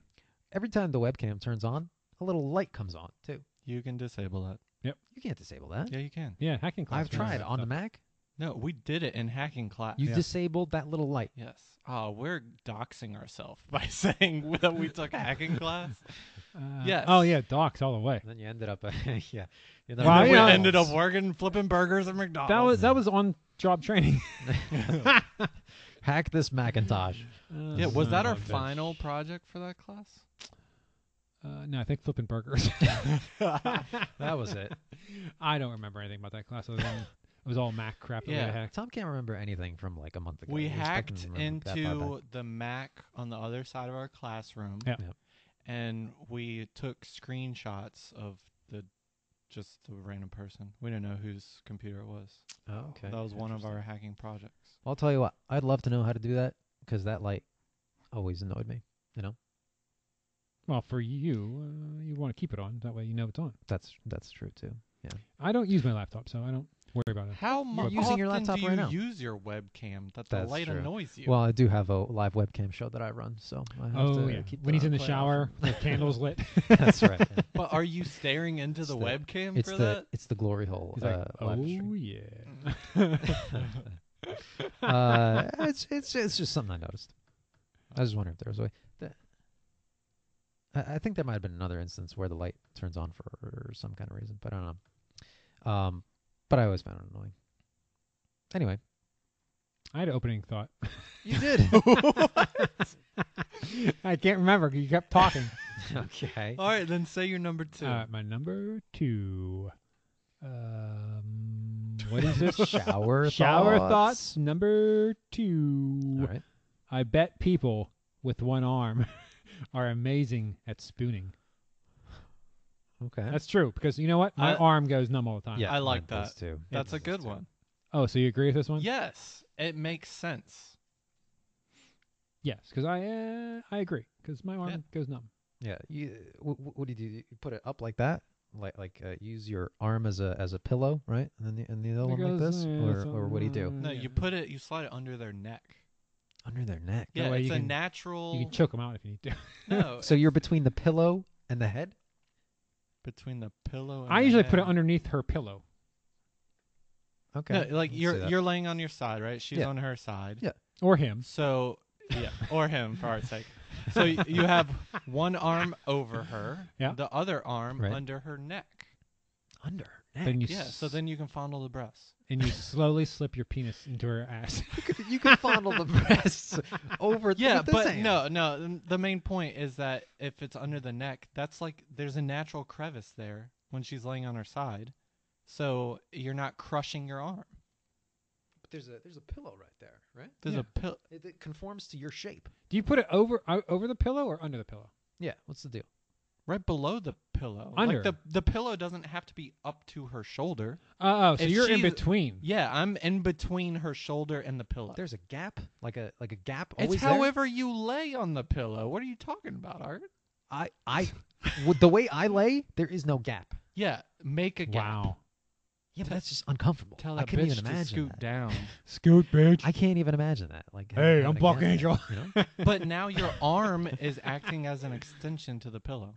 Speaker 2: every time the webcam turns on, a little light comes on too.
Speaker 3: You can disable that.
Speaker 2: You can't disable that.
Speaker 3: Yeah, you can.
Speaker 4: Yeah, hacking class.
Speaker 2: I've tried on the Mac.
Speaker 3: No, we did it in hacking class.
Speaker 2: You disabled that little light.
Speaker 3: Yes. Oh, we're doxing ourselves by saying that we took a hacking class.
Speaker 4: Uh,
Speaker 3: Yes.
Speaker 4: Oh yeah, docs all the way.
Speaker 2: And then you ended up, yeah. you
Speaker 4: Well,
Speaker 3: we
Speaker 4: you know-
Speaker 3: ended up working flipping burgers at McDonald's.
Speaker 4: That was that was on job training.
Speaker 2: hack this Macintosh.
Speaker 3: yeah, was that
Speaker 4: Uh,
Speaker 3: our
Speaker 4: okay.
Speaker 3: final project for that class?
Speaker 4: Uh, no, I think flipping burgers.
Speaker 2: That was it.
Speaker 4: I don't remember anything about that class other than it was all Mac crap that we
Speaker 3: Yeah.
Speaker 4: hacked.
Speaker 2: Tom can't remember anything from like a month ago.
Speaker 3: We
Speaker 2: You're expecting
Speaker 3: hacked
Speaker 2: him to remember that far back.
Speaker 3: into the Mac on the other side of our classroom.
Speaker 4: Yeah.
Speaker 2: Yep.
Speaker 3: And we took screenshots of the just the random person. We didn't know whose computer it was.
Speaker 2: Oh, okay.
Speaker 3: that was one of our hacking projects.
Speaker 2: I'll tell you what. I'd love to know how to do that because that light always annoyed me.
Speaker 4: Well, for you, uh, you want to keep it on. That way you know it's on.
Speaker 2: That's that's true too.
Speaker 4: I don't use my laptop, so I don't. worry about it.
Speaker 3: How
Speaker 2: You're
Speaker 3: much
Speaker 2: using your laptop
Speaker 3: do you
Speaker 2: right now.
Speaker 3: use your webcam that the
Speaker 2: That's
Speaker 3: light
Speaker 2: true.
Speaker 3: annoys you?
Speaker 2: Well, I do have a live webcam show that I run, so I have
Speaker 4: Oh
Speaker 2: to
Speaker 4: yeah,
Speaker 2: keep.
Speaker 4: when he's in the
Speaker 2: quite
Speaker 4: shower, the candles lit.
Speaker 2: often. That's right. yeah.
Speaker 3: but are you staring into
Speaker 2: It's
Speaker 3: the,
Speaker 2: the-
Speaker 3: webcam
Speaker 2: It's
Speaker 3: for
Speaker 2: the it's the glory hole.
Speaker 4: He's like,
Speaker 2: uh,
Speaker 4: oh
Speaker 2: live stream.
Speaker 4: yeah.
Speaker 2: uh, it's it's it's just something I noticed. I was just wondering if there was a way. That, I, I think there might have been another instance where the light turns on for some kind of reason, but I don't know. Um, but I always found it annoying. Anyway,
Speaker 4: I had an opening thought.
Speaker 2: you did.
Speaker 4: I can't remember. 'cause You kept talking.
Speaker 2: okay.
Speaker 3: that? All right, then say your number two.
Speaker 4: Uh, my number two. Um, what is this?
Speaker 2: Shower
Speaker 4: Shower
Speaker 2: thoughts.
Speaker 4: thoughts number two.
Speaker 2: All right.
Speaker 4: I bet people with one arm are amazing at spooning.
Speaker 2: Okay.
Speaker 4: That's true because you know what? My
Speaker 3: I-
Speaker 4: arm goes numb all the time.
Speaker 2: yeah,
Speaker 3: I like
Speaker 2: mine does Too.
Speaker 3: That's a
Speaker 2: Mine does
Speaker 3: good
Speaker 2: too.
Speaker 3: one.
Speaker 4: Oh, so you agree with this one?
Speaker 3: Yes, it makes sense.
Speaker 4: Yes, because I uh, I agree because my arm goes numb.
Speaker 2: Yeah. You, what, what do you do? You put it up like that, like like uh, use your arm as a as a pillow, right? And then the, and the other one like this,
Speaker 4: goes, uh,
Speaker 2: or
Speaker 4: so-
Speaker 2: or what do you do?
Speaker 3: No,
Speaker 4: Yeah.
Speaker 3: you put it, you slide it under their neck.
Speaker 2: Under their neck.
Speaker 4: That
Speaker 3: Yeah,
Speaker 4: way
Speaker 3: it's
Speaker 4: you
Speaker 3: a
Speaker 4: can- you
Speaker 3: natural.
Speaker 4: You can choke them out if you need to.
Speaker 3: no,
Speaker 2: So you're between the pillow and the head.
Speaker 3: between the pillow. And
Speaker 4: I
Speaker 3: the
Speaker 4: usually put it
Speaker 3: head.
Speaker 4: underneath her pillow.
Speaker 2: Okay.
Speaker 3: No,
Speaker 2: I
Speaker 3: like
Speaker 2: can see
Speaker 3: you're
Speaker 2: that.
Speaker 3: you're laying on your side, right? She's
Speaker 2: Yeah.
Speaker 3: on her side.
Speaker 2: Yeah.
Speaker 4: Or him.
Speaker 3: So yeah, or him for our sake. So y- you have one arm over her,
Speaker 4: Yeah.
Speaker 3: the other arm
Speaker 2: Right.
Speaker 3: under her neck.
Speaker 2: under her neck.
Speaker 4: Then you
Speaker 3: Yeah, so
Speaker 4: s-
Speaker 3: then you can fondle the breasts.
Speaker 4: and you slowly slip your penis into her ass.
Speaker 2: you can fondle the breasts over. th-
Speaker 3: Yeah,
Speaker 2: with this
Speaker 3: but
Speaker 2: hand.
Speaker 3: no, no. th- The main point is that if it's under the neck, that's like there's a natural crevice there when she's laying on her side, so you're not crushing your arm.
Speaker 2: But there's a there's a pillow right there, right?
Speaker 3: There's
Speaker 4: Yeah.
Speaker 3: a pill.
Speaker 2: It, it conforms to your shape.
Speaker 4: Do you put it over o- over the pillow or under the pillow?
Speaker 2: Yeah. What's the deal?
Speaker 3: Right below the pillow.
Speaker 4: Under.
Speaker 3: Like the the pillow doesn't have to be up to her shoulder.
Speaker 4: Oh, oh, so
Speaker 3: If
Speaker 4: you're in
Speaker 3: she's-
Speaker 4: between.
Speaker 3: Yeah, I'm in between her shoulder and the pillow.
Speaker 2: There's a gap, like a like a gap.
Speaker 3: it's
Speaker 2: always there?
Speaker 3: however you lay on the pillow. What are you talking about, Art?
Speaker 2: I I w- the way I lay, there is no gap.
Speaker 3: Yeah, make a gap.
Speaker 4: Wow.
Speaker 2: Yeah, but
Speaker 3: Tell-
Speaker 2: that's just uncomfortable.
Speaker 3: Tell
Speaker 2: I
Speaker 3: that
Speaker 2: couldn't
Speaker 3: bitch
Speaker 2: even
Speaker 3: to
Speaker 2: imagine
Speaker 3: scoot
Speaker 2: that.
Speaker 3: down.
Speaker 4: Scoot, bitch.
Speaker 2: I can't even imagine that. Like, how-
Speaker 4: Hey,
Speaker 2: how
Speaker 4: I'm
Speaker 2: to
Speaker 4: Buck
Speaker 2: get that,
Speaker 4: Angel.
Speaker 2: you know?
Speaker 3: but now your arm is acting as an extension to the pillow.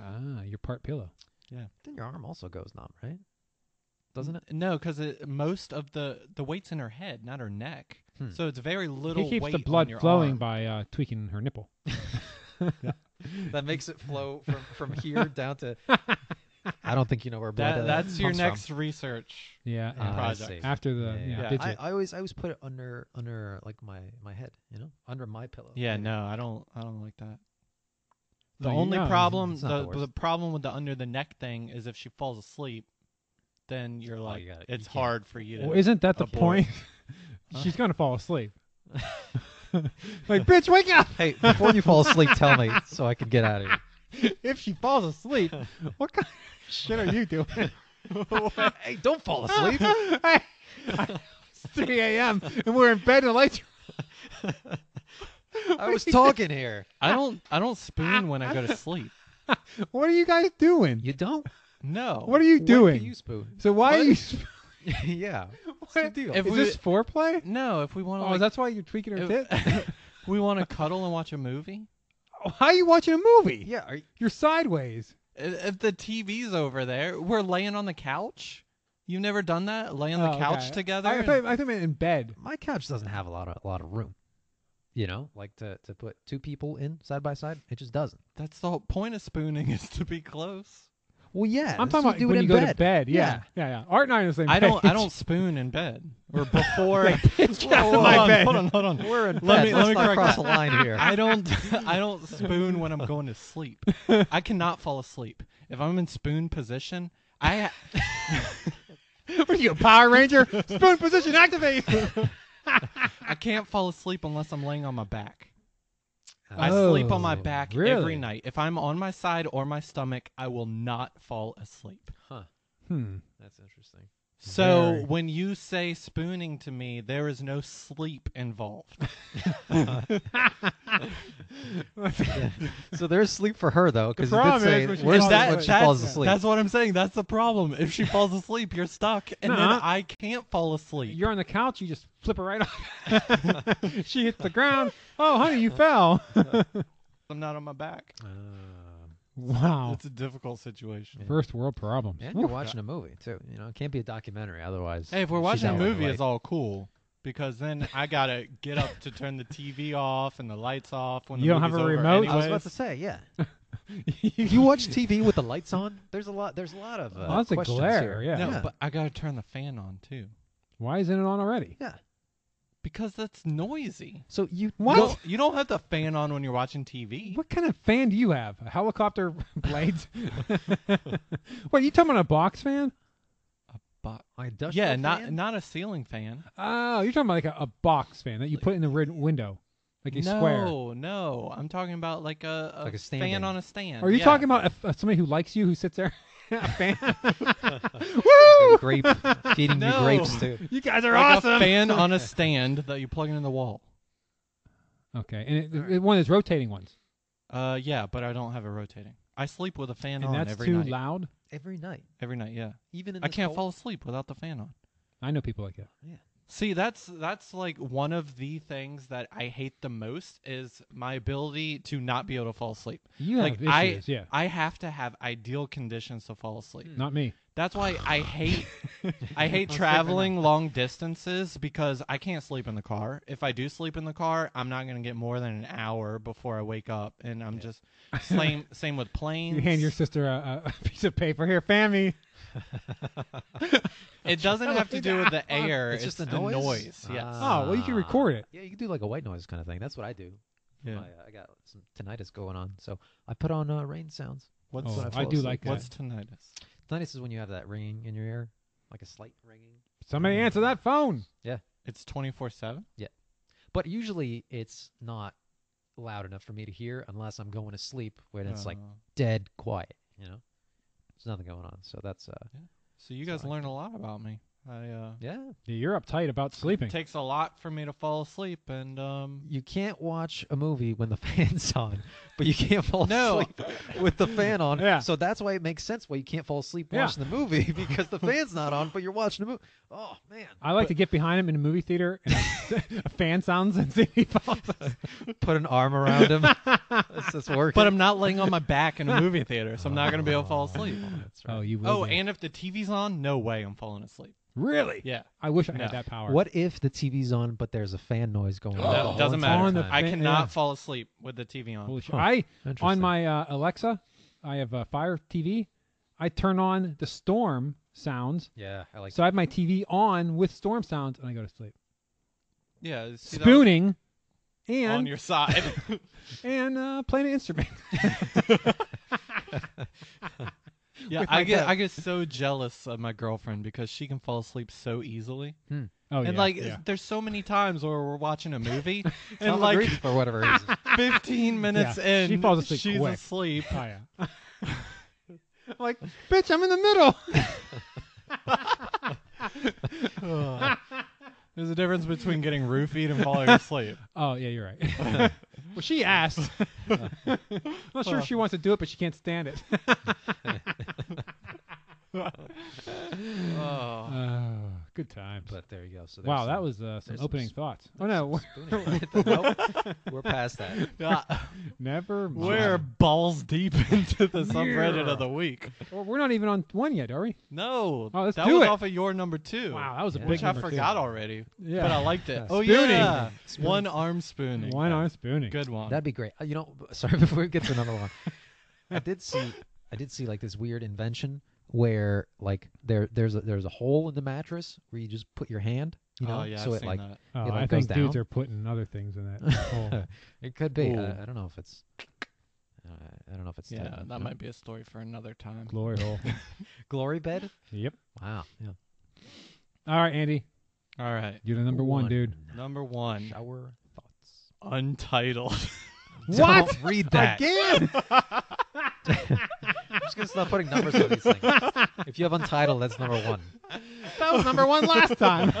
Speaker 4: ah, you're part pillow.
Speaker 2: then your arm also goes numb, right? Doesn't it?
Speaker 3: No, because most of the the weight's in her head, not her neck.
Speaker 2: Hmm.
Speaker 3: So it's very little
Speaker 4: he keeps
Speaker 3: weight
Speaker 4: the
Speaker 3: on
Speaker 4: blood
Speaker 3: your
Speaker 4: flowing
Speaker 3: arm.
Speaker 4: by uh, tweaking her nipple.
Speaker 2: That makes it flow from from here down to. I don't think you know where blood.
Speaker 3: That,
Speaker 2: uh,
Speaker 3: that's your
Speaker 2: comes from.
Speaker 3: next research.
Speaker 4: Yeah. uh,
Speaker 2: Ah, I
Speaker 3: project.
Speaker 2: see.
Speaker 4: After the
Speaker 2: Yeah,
Speaker 4: you
Speaker 2: yeah,
Speaker 4: know,
Speaker 3: yeah.
Speaker 2: I-
Speaker 4: digit.
Speaker 2: I, always I always put it under under like my my head, you know, under my pillow.
Speaker 3: Yeah,
Speaker 2: Maybe.
Speaker 3: no, I don't. I don't like that. The
Speaker 4: No, you-
Speaker 3: only
Speaker 4: no, it's-
Speaker 3: problem,
Speaker 2: it's not
Speaker 3: the,
Speaker 2: the worst.
Speaker 3: the problem with the under the neck thing is if she falls asleep, then you're
Speaker 2: Oh,
Speaker 3: like,
Speaker 2: you gotta- you
Speaker 3: it's
Speaker 2: can't-
Speaker 3: hard for you to.
Speaker 4: Well, isn't that the
Speaker 3: abort.
Speaker 4: point? She's gonna fall asleep. like, bitch, wake up!
Speaker 2: Hey, before you fall asleep, tell me so I can get out of here.
Speaker 4: if she falls asleep, what kind of shit are you doing?
Speaker 2: hey, don't fall asleep.
Speaker 4: Hey, it's 3 a.m. and we're in bed and the lights.
Speaker 2: I was talking here.
Speaker 3: I don't. I don't spoon when I go to sleep.
Speaker 4: What are you guys doing?
Speaker 2: You don't.
Speaker 3: No.
Speaker 4: what are you
Speaker 2: When
Speaker 4: doing?
Speaker 2: do you spoon?
Speaker 4: so why are
Speaker 3: What?
Speaker 4: you?
Speaker 2: yeah. What's the
Speaker 4: What?
Speaker 2: deal?
Speaker 3: If
Speaker 4: is
Speaker 3: we-
Speaker 4: this foreplay?
Speaker 3: No, if we want
Speaker 4: Oh,
Speaker 3: to, like,
Speaker 4: that's why you're tweaking her tit.
Speaker 3: if- we want to cuddle and watch a movie.
Speaker 4: How are you watching a movie?
Speaker 2: yeah. Are you,
Speaker 4: You're sideways.
Speaker 3: If if the TV's over there, we're laying on the couch. You've never done that? Lay on the
Speaker 4: Oh,
Speaker 3: couch
Speaker 4: okay.
Speaker 3: together.
Speaker 4: I, I,
Speaker 3: and-
Speaker 4: thought, I thought you meant in bed.
Speaker 2: my couch doesn't have a lot of a lot of room. You know, like to to put two people in side by side, it just doesn't.
Speaker 3: that's the whole point of spooning is to be close.
Speaker 2: Well, yeah.
Speaker 4: I'm
Speaker 2: that's what
Speaker 4: talking about
Speaker 2: we do it
Speaker 4: when
Speaker 2: in
Speaker 4: you go to bed. Yeah, yeah, yeah. Art and I are on the same
Speaker 3: I don't. I
Speaker 4: page.
Speaker 3: don't spoon in bed or before.
Speaker 4: out of
Speaker 3: hold,
Speaker 4: my
Speaker 3: on,
Speaker 4: bed.
Speaker 3: hold on, hold on.
Speaker 2: We're in bed.
Speaker 3: Let me- let
Speaker 2: Let's
Speaker 3: me
Speaker 2: not
Speaker 3: correct
Speaker 2: cross
Speaker 3: that.
Speaker 2: the line here.
Speaker 3: I don't. I don't spoon when I'm going to sleep. I cannot fall asleep if I'm in spoon position. I
Speaker 4: What are you, a Power Ranger? Spoon position activate.
Speaker 3: I can't fall asleep unless I'm laying on my back. I
Speaker 4: Oh,
Speaker 3: sleep on my back
Speaker 4: really?
Speaker 3: every night. If I'm on my side or my stomach, I will not fall asleep.
Speaker 4: hmm.
Speaker 2: That's interesting.
Speaker 3: So
Speaker 2: Very.
Speaker 3: when you say spooning to me, there is no sleep involved.
Speaker 2: So there's sleep for her though, because you did
Speaker 4: problem is
Speaker 2: say
Speaker 4: when she
Speaker 2: where's
Speaker 4: falls
Speaker 2: that
Speaker 4: asleep.
Speaker 2: when she falls
Speaker 4: That's-
Speaker 2: asleep.
Speaker 3: That's what I'm saying. That's the problem. If she falls asleep, you're stuck, and
Speaker 4: Nuh-uh.
Speaker 3: then I can't fall asleep.
Speaker 4: You're on the couch, you just flip her right off. she hits the ground. Oh, honey, you fell.
Speaker 3: I'm not on my back.
Speaker 4: wow.
Speaker 3: It's a difficult situation.
Speaker 4: First world problems. Oh,
Speaker 2: and you're
Speaker 4: Oof.
Speaker 2: watching a movie too. You know, it can't be a documentary otherwise.
Speaker 3: Hey, if we're
Speaker 2: she's
Speaker 3: watching a
Speaker 2: out on the
Speaker 3: movie,
Speaker 2: way.
Speaker 3: it's all cool because then I gotta get up to turn the TV off and the lights off when the
Speaker 4: You don't have
Speaker 3: movie's
Speaker 4: a
Speaker 3: over
Speaker 4: remote?
Speaker 2: I was
Speaker 3: anyways.
Speaker 2: about to say, yeah. you watch TV with the lights on? There's a lot. There's a lot of uh,
Speaker 4: Lots of
Speaker 2: questions
Speaker 4: glare,
Speaker 2: here.
Speaker 4: Oh, yeah.
Speaker 3: No,
Speaker 2: yeah.
Speaker 3: but I gotta turn the fan on too
Speaker 4: Why isn't it on already?
Speaker 2: yeah.
Speaker 3: because that's noisy.
Speaker 2: So you
Speaker 4: What?
Speaker 3: You don't, you don't have the fan on when you're watching TV.
Speaker 4: What kind of fan do you have? A helicopter blades? Wait, you talking about a box fan?
Speaker 3: But
Speaker 2: My industrial
Speaker 3: yeah, not
Speaker 2: fan?
Speaker 3: not a ceiling fan.
Speaker 4: Oh, you're talking about like a, a box fan that you put in the rid- window, like a
Speaker 3: no,
Speaker 4: square.
Speaker 3: no, I'm talking about like a, a
Speaker 2: Like a
Speaker 3: fan
Speaker 2: stand-in.
Speaker 3: on a stand.
Speaker 4: Are you
Speaker 3: Yeah.
Speaker 4: talking about a, a- somebody who likes you who sits there? a fan?
Speaker 2: Like
Speaker 4: Woo!
Speaker 2: a grape feeding you
Speaker 3: No.
Speaker 2: grapes too.
Speaker 4: You guys are
Speaker 3: like
Speaker 4: awesome.
Speaker 3: a fan on a stand that you plug into the wall?
Speaker 4: Okay, and it, it- one of those rotating ones,
Speaker 3: Uh, yeah, but I don't have it rotating. I sleep with a fan
Speaker 4: and
Speaker 3: on
Speaker 4: that's
Speaker 3: every
Speaker 4: too
Speaker 3: night.
Speaker 4: loud.
Speaker 2: Every night,
Speaker 3: Every night, yeah.
Speaker 2: even in
Speaker 3: I
Speaker 2: this
Speaker 3: can't
Speaker 2: cold-
Speaker 3: fall asleep without the fan on.
Speaker 4: I know people like that.
Speaker 3: See, that's that's like one of the things that I hate the most is my ability to not be able to fall asleep.
Speaker 4: You
Speaker 3: like
Speaker 4: have
Speaker 3: I,
Speaker 4: issues, yeah.
Speaker 3: I have to have ideal conditions to fall asleep.
Speaker 4: Not me.
Speaker 3: That's why I hate I
Speaker 2: I'll
Speaker 3: hate
Speaker 2: sleep
Speaker 3: traveling long distances because I can't sleep in the car. If I do sleep in the car, I'm not going to get more than an hour before I wake up, and I'm just same same with planes.
Speaker 4: You hand your sister a, a piece of paper here, fan me.
Speaker 3: it doesn't have to do with the air.
Speaker 2: It's
Speaker 3: It's,
Speaker 2: just the
Speaker 3: the
Speaker 2: noise? Ah,
Speaker 3: noise. Yes.
Speaker 4: Oh, well, you can record it.
Speaker 2: Yeah, you can do like a white noise kind of thing. That's what I do.
Speaker 3: Yeah.
Speaker 2: My, uh, I got some tinnitus going on, so I put on uh, rain sounds.
Speaker 3: What's
Speaker 4: Oh,
Speaker 2: when I
Speaker 4: I
Speaker 2: fall
Speaker 4: do
Speaker 2: asleep.
Speaker 4: like that.
Speaker 3: what's tinnitus?
Speaker 2: Tinnitus is when you have that ringing in your ear, like a slight ringing.
Speaker 4: Somebody answer that phone.
Speaker 3: It's twenty four seven.
Speaker 2: But usually it's not loud enough for me to hear unless I'm going to sleep when it's like
Speaker 3: Oh.
Speaker 4: Uh-huh.
Speaker 2: dead quiet, you know? There's nothing going on. So that's uh
Speaker 3: So you guys
Speaker 2: so I
Speaker 3: learn a lot about me. I uh,
Speaker 2: yeah.
Speaker 4: Yeah, you're uptight about sleeping.
Speaker 3: takes a lot for me to fall asleep, and um,
Speaker 2: You can't watch a movie when the fan's on, but you can't fall
Speaker 3: No.
Speaker 2: asleep with the fan on.
Speaker 4: Yeah.
Speaker 2: So that's why it makes sense why you can't fall asleep
Speaker 4: Yeah.
Speaker 2: watching the movie because the fan's not on, but you're watching the movie. Oh man.
Speaker 4: I like to get behind him in a movie theater and a fan sounds and see if he falls.
Speaker 2: Put an arm around him. this is working.
Speaker 3: but I'm not laying on my back in a movie theater, so I'm not going to be able to fall asleep.
Speaker 2: That's right.
Speaker 4: Oh, you will.
Speaker 3: Oh,
Speaker 4: be.
Speaker 3: and if the TV's on, no way I'm falling asleep.
Speaker 4: really?
Speaker 3: Yeah.
Speaker 4: I wish I
Speaker 3: No.
Speaker 4: had that power.
Speaker 2: What if the TV's on but there's a fan noise going
Speaker 4: Oh,
Speaker 2: on?
Speaker 3: Oh, That
Speaker 2: the
Speaker 3: doesn't
Speaker 2: whole entire
Speaker 3: matter.
Speaker 4: the
Speaker 2: time?
Speaker 3: I
Speaker 4: fan-
Speaker 3: cannot
Speaker 4: yeah.
Speaker 3: fall asleep with the TV on.
Speaker 4: Holy shit.
Speaker 2: Huh.
Speaker 4: I on
Speaker 2: Interesting.
Speaker 4: my uh, Alexa, I have a Fire TV. I turn on the storm sounds,
Speaker 2: Yeah, I like
Speaker 4: so I have my TV on with storm sounds, and I go to sleep.
Speaker 3: Yeah. see, that was
Speaker 4: Spooning,
Speaker 3: on
Speaker 4: and
Speaker 3: your side.
Speaker 4: and uh, playing an instrument.
Speaker 3: yeah,
Speaker 4: With my
Speaker 3: I get
Speaker 4: pet.
Speaker 3: I get so jealous of my girlfriend because she can fall asleep so easily.
Speaker 4: Oh
Speaker 3: and
Speaker 4: yeah,
Speaker 3: like
Speaker 4: yeah.
Speaker 3: there's so many times where we're watching a movie and
Speaker 2: Tom
Speaker 3: like
Speaker 2: agrees for whatever reason.
Speaker 3: 15 minutes
Speaker 4: Yeah,
Speaker 3: in
Speaker 4: she falls asleep
Speaker 3: she's
Speaker 4: quick.
Speaker 3: asleep.
Speaker 4: Oh, yeah. I'm like, bitch, I'm in the middle.
Speaker 3: There's a difference between getting roofied and falling asleep.
Speaker 4: Oh yeah, you're right. well, she asked. not sure if she wants to do it, but she can't stand it.
Speaker 3: Oh.
Speaker 4: Oh, good times.
Speaker 2: But there you go. So there's
Speaker 4: wow, that
Speaker 2: some-
Speaker 4: was uh, some
Speaker 2: there's some
Speaker 4: opening
Speaker 2: sp-
Speaker 4: thoughts. Oh no,
Speaker 2: spooning. Nope, we're past that.
Speaker 4: never. mind.
Speaker 3: We're balls deep into the subreddit of the week.
Speaker 4: Well, we're not even on one yet, are we?
Speaker 3: No,
Speaker 4: Oh, let's
Speaker 3: that
Speaker 4: do
Speaker 3: was
Speaker 4: it.
Speaker 3: off of your number two.
Speaker 4: Wow, that was a
Speaker 2: Yeah.
Speaker 4: big.
Speaker 3: which I
Speaker 4: number two.
Speaker 3: forgot already,
Speaker 4: Yeah.
Speaker 3: but I liked it. Oh
Speaker 4: Spooning.
Speaker 3: yeah,
Speaker 2: Spooning.
Speaker 3: one arm spooning.
Speaker 4: One arm spooning.
Speaker 3: Good one.
Speaker 2: That'd be great. Uh, You know, b- sorry. Before we get to another one, I did see, I did see like this weird invention where like there there's a there's a hole in the mattress where you just put your hand, you know,
Speaker 3: oh yeah,
Speaker 2: so
Speaker 3: I've
Speaker 2: it
Speaker 3: seen
Speaker 2: like
Speaker 3: that.
Speaker 4: Oh,
Speaker 2: It, like,
Speaker 4: I
Speaker 2: goes
Speaker 4: think dudes
Speaker 2: down.
Speaker 4: are putting other things in that hole.
Speaker 2: it could be.
Speaker 3: Ooh.
Speaker 2: I, I don't know if it's. I don't- I don't know if it's
Speaker 3: Yeah,
Speaker 2: technical,
Speaker 3: that
Speaker 2: no?
Speaker 3: might be a story for another time.
Speaker 4: glory hole.
Speaker 2: glory bed.
Speaker 4: yep.
Speaker 2: Wow, yeah.
Speaker 4: All right, Andy,
Speaker 3: All right,
Speaker 4: you're the number one, dude.
Speaker 3: number one,
Speaker 2: Shower thoughts.
Speaker 3: untitled.
Speaker 2: Don't read that
Speaker 4: Again?
Speaker 2: just gonna stop putting numbers on these things. If you have Untitled, that's number one.
Speaker 4: That was number one last time.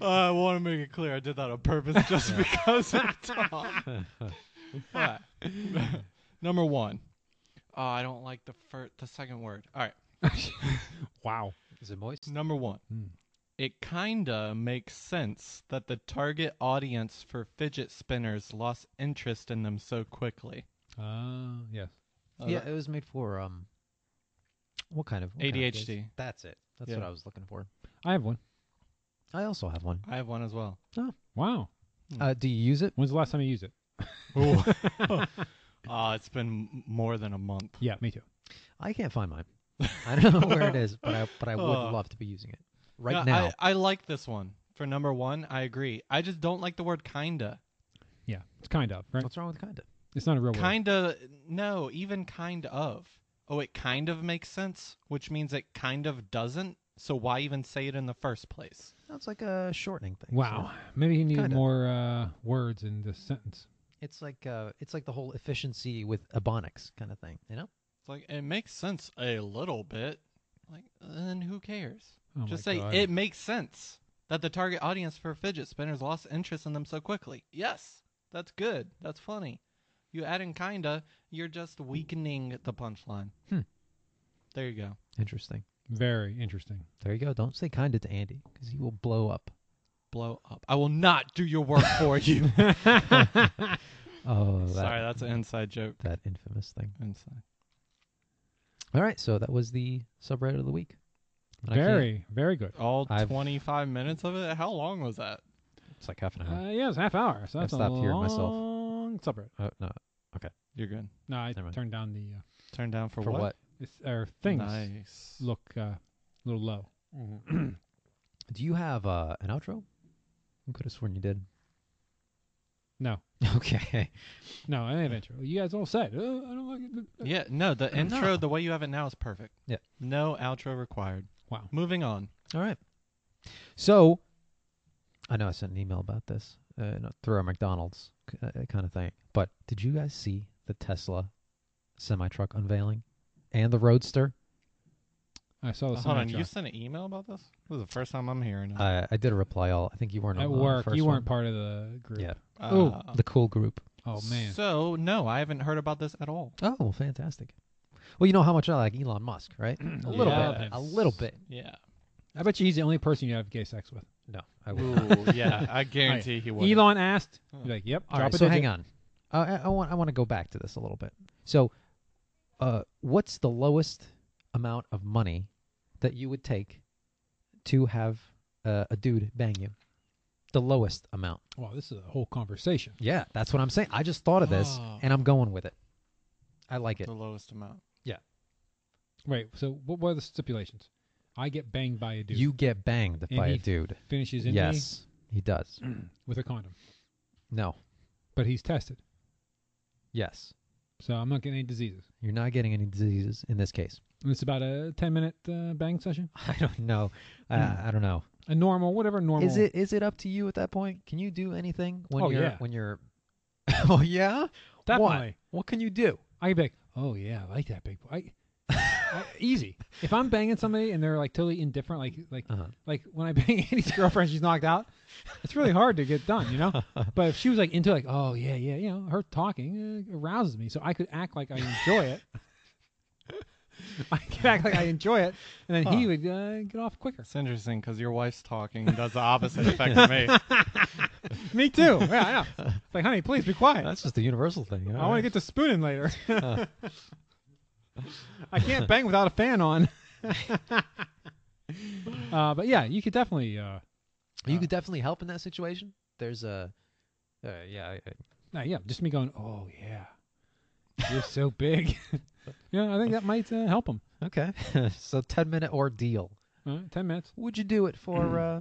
Speaker 3: I want to make it clear I did that on purpose just because of Tom. But, number one. Oh, I don't like the fir- the second word. All right.
Speaker 4: wow.
Speaker 2: Is it moist?
Speaker 3: Number one.
Speaker 4: Hmm.
Speaker 3: It kinda makes sense that the target audience for fidget spinners lost interest in them so quickly.
Speaker 4: Uh, yes.
Speaker 3: Uh,
Speaker 2: yeah, it was made for um. What kind of what kind of kids?
Speaker 3: ADHD.
Speaker 2: that's it. That's
Speaker 3: Yeah.
Speaker 2: what I was looking for.
Speaker 4: I have one.
Speaker 2: I also have one.
Speaker 3: I have one as well.
Speaker 4: Wow.
Speaker 3: Hmm.
Speaker 2: Uh, do you use it?
Speaker 4: When's the last time you used it?
Speaker 3: Uh, it's been m- more than a month.
Speaker 4: Yeah, me too.
Speaker 2: I can't find mine. I don't know where it is, but I but I would
Speaker 3: Oh.
Speaker 2: love to be using it right
Speaker 3: No,
Speaker 2: now.
Speaker 3: I, I like this one. For number one, I agree. I just don't like the word kinda.
Speaker 4: Yeah, it's kind of right.
Speaker 2: What's wrong with kinda?
Speaker 4: It's not a real word.
Speaker 3: Kinda, no, even kind of. Oh, it kind of makes sense, which means it kind of doesn't. So why even say it in the first place?
Speaker 2: That's like a shortening thing. so
Speaker 4: Wow. Maybe he needed
Speaker 2: Kinda.
Speaker 4: more uh, words in this sentence.
Speaker 2: It's like uh, it's like the whole efficiency with ebonics kind of thing. You know?
Speaker 3: It's like it makes sense a little bit. Like then who cares?
Speaker 4: Oh my
Speaker 3: just say
Speaker 4: God.
Speaker 3: it makes sense that the target audience for fidget spinners lost interest in them so quickly. Yes, that's good. That's funny. You add in kinda, you're just weakening the punchline.
Speaker 4: Hmm.
Speaker 3: There you go.
Speaker 2: Interesting.
Speaker 4: Very interesting.
Speaker 2: There you go. Don't say kinda to Andy because he will blow up.
Speaker 3: Blow up. I will not do your work for you.
Speaker 2: Oh, that,
Speaker 3: Sorry, that's an inside joke.
Speaker 2: that infamous thing.
Speaker 3: Inside.
Speaker 2: All right, so that was the subreddit of the week. And I can't-
Speaker 4: very, very good.
Speaker 3: All
Speaker 2: I've-
Speaker 3: 25 minutes of it? How long was that?
Speaker 2: It's like half an hour.
Speaker 4: Uh, yeah, it's half hour. So
Speaker 2: I
Speaker 4: that's
Speaker 2: Uh-huh. stopped
Speaker 4: a
Speaker 2: hearing myself.
Speaker 4: long subread.
Speaker 2: oh, no,
Speaker 3: You're good.
Speaker 4: No, I
Speaker 2: Never mind.
Speaker 4: turned down the uh,
Speaker 3: Turn down for,
Speaker 2: for what?
Speaker 4: it's, our things
Speaker 3: Nice.
Speaker 4: look uh, a little low.
Speaker 2: Mm-hmm. Do you have uh, an outro? I could have sworn you did.
Speaker 4: No,
Speaker 2: Okay.
Speaker 4: no, I didn't have intro. You guys all said, "Oh, I don't like it.
Speaker 3: Yeah, no, the intro,
Speaker 2: No.
Speaker 3: the way you have it now is perfect.
Speaker 2: Yeah.
Speaker 3: No outro required.
Speaker 4: Wow.
Speaker 3: Moving on.
Speaker 2: All right. So, I know I sent an email about this uh, not through our McDonald's k- uh, kind of thing, but did you guys see the Tesla semi truck unveiling and the Roadster?
Speaker 4: I saw this
Speaker 3: Hold
Speaker 4: semi
Speaker 3: on, you
Speaker 4: truck.
Speaker 3: sent an email about this? This is the first time I'm hearing
Speaker 4: Uh,
Speaker 3: it.
Speaker 2: I I did a reply all. I think you weren't
Speaker 4: Mm. at
Speaker 2: on the
Speaker 4: work.
Speaker 2: first
Speaker 4: You
Speaker 2: one.
Speaker 4: weren't part of the group.
Speaker 2: Yeah.
Speaker 4: ooh,
Speaker 3: Uh,
Speaker 2: the cool group.
Speaker 4: Oh man.
Speaker 3: So, no, I haven't heard about this at all.
Speaker 2: Oh, well, fantastic. Well, you know how much I like Elon Musk, right? A little
Speaker 3: Yeah.
Speaker 2: bit. A little bit.
Speaker 3: Yeah.
Speaker 4: I bet you he's the only person you have gay sex with.
Speaker 2: No, I will.
Speaker 3: Ooh, yeah, I guarantee he would.
Speaker 4: Elon asked.
Speaker 3: Huh.
Speaker 4: You're like, yep.
Speaker 2: All
Speaker 4: drop
Speaker 2: right,
Speaker 4: a
Speaker 2: so
Speaker 4: digit.
Speaker 2: hang on. Uh, I, I want I want to go back to this a little bit. So, uh, what's the lowest amount of money that you would take to have uh, a dude bang you? The lowest amount.
Speaker 4: Wow, this is a whole conversation.
Speaker 2: Yeah, that's what I'm saying. I just thought of this
Speaker 3: Oh.
Speaker 2: and I'm going with it. I like it.
Speaker 3: The lowest amount.
Speaker 4: Right. So what were the stipulations? I get banged by a dude.
Speaker 2: You get banged
Speaker 4: And
Speaker 2: by
Speaker 4: he
Speaker 2: a dude.
Speaker 4: finishes in me
Speaker 2: Yes, he does.
Speaker 4: with a condom,
Speaker 2: No.
Speaker 4: but he's tested,
Speaker 2: Yes,
Speaker 4: so I'm not getting any diseases.
Speaker 2: you're not getting any diseases in this case.
Speaker 4: And it's about a 10 minute uh, bang session.
Speaker 2: I don't know. Uh, I don't know.
Speaker 4: A normal, whatever normal.
Speaker 2: Is it is it up to you at that point? Can you do anything when
Speaker 4: Oh,
Speaker 2: you're
Speaker 4: yeah.
Speaker 2: when you're? oh yeah,
Speaker 4: Definitely.
Speaker 2: What? what can you do?
Speaker 4: I could be like, oh yeah, I like that big boy. I, I- easy. If I'm banging somebody and they're like totally indifferent, like like
Speaker 2: Uh-huh.
Speaker 4: like when I bang Andy's girlfriend, she's knocked out. It's really hard to get done, you know. But if she was like into like, oh yeah, yeah, you know, her talking uh, arouses me, so I could act like I enjoy it. I could act like I enjoy it, and then he
Speaker 2: Huh.
Speaker 4: would uh, get off quicker.
Speaker 3: It's interesting because your wife's talking does the opposite effect to me.
Speaker 4: Me too. Yeah, I know. It's like, honey, please be quiet.
Speaker 2: That's just a universal thing.
Speaker 4: I want to get the spoon in later. I can't bang without a fan on. uh, but yeah, you could definitely. Uh,
Speaker 2: You could definitely help in that situation. There's a. Uh, yeah, I- I-
Speaker 4: nah, yeah, just me going. Oh yeah, you're so big. yeah, I think that might uh, help him.
Speaker 2: okay. so ten minute ordeal.
Speaker 4: Uh, Ten minutes.
Speaker 2: Would you do it for uh,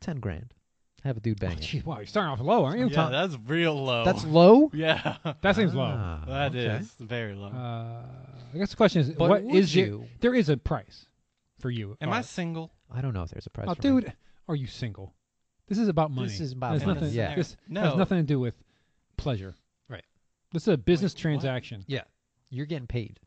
Speaker 2: ten grand? Have a dude
Speaker 4: Oh,
Speaker 2: bang you.
Speaker 4: geez, wow, you're starting off low, aren't you?
Speaker 3: yeah, that's real low.
Speaker 2: That's low.
Speaker 3: yeah,
Speaker 4: that seems low.
Speaker 2: Ah,
Speaker 3: that is
Speaker 2: okay.
Speaker 3: very low.
Speaker 4: Uh, I guess the question is,
Speaker 2: But
Speaker 4: what
Speaker 2: would
Speaker 4: is it?
Speaker 2: you?
Speaker 4: There is a price for you.
Speaker 3: Am
Speaker 4: All
Speaker 3: I
Speaker 4: right.
Speaker 3: single?
Speaker 2: I don't know if there's a price.
Speaker 4: Oh,
Speaker 2: for me.
Speaker 4: dude, are you single? This is about money.
Speaker 2: This is about
Speaker 4: There's
Speaker 2: money,
Speaker 4: Nothing,
Speaker 2: yeah.
Speaker 4: This
Speaker 3: No.
Speaker 4: has nothing to do with pleasure.
Speaker 2: Right.
Speaker 4: Has nothing to do with This is a business
Speaker 3: Wait, what?
Speaker 4: transaction.
Speaker 2: You're getting paid.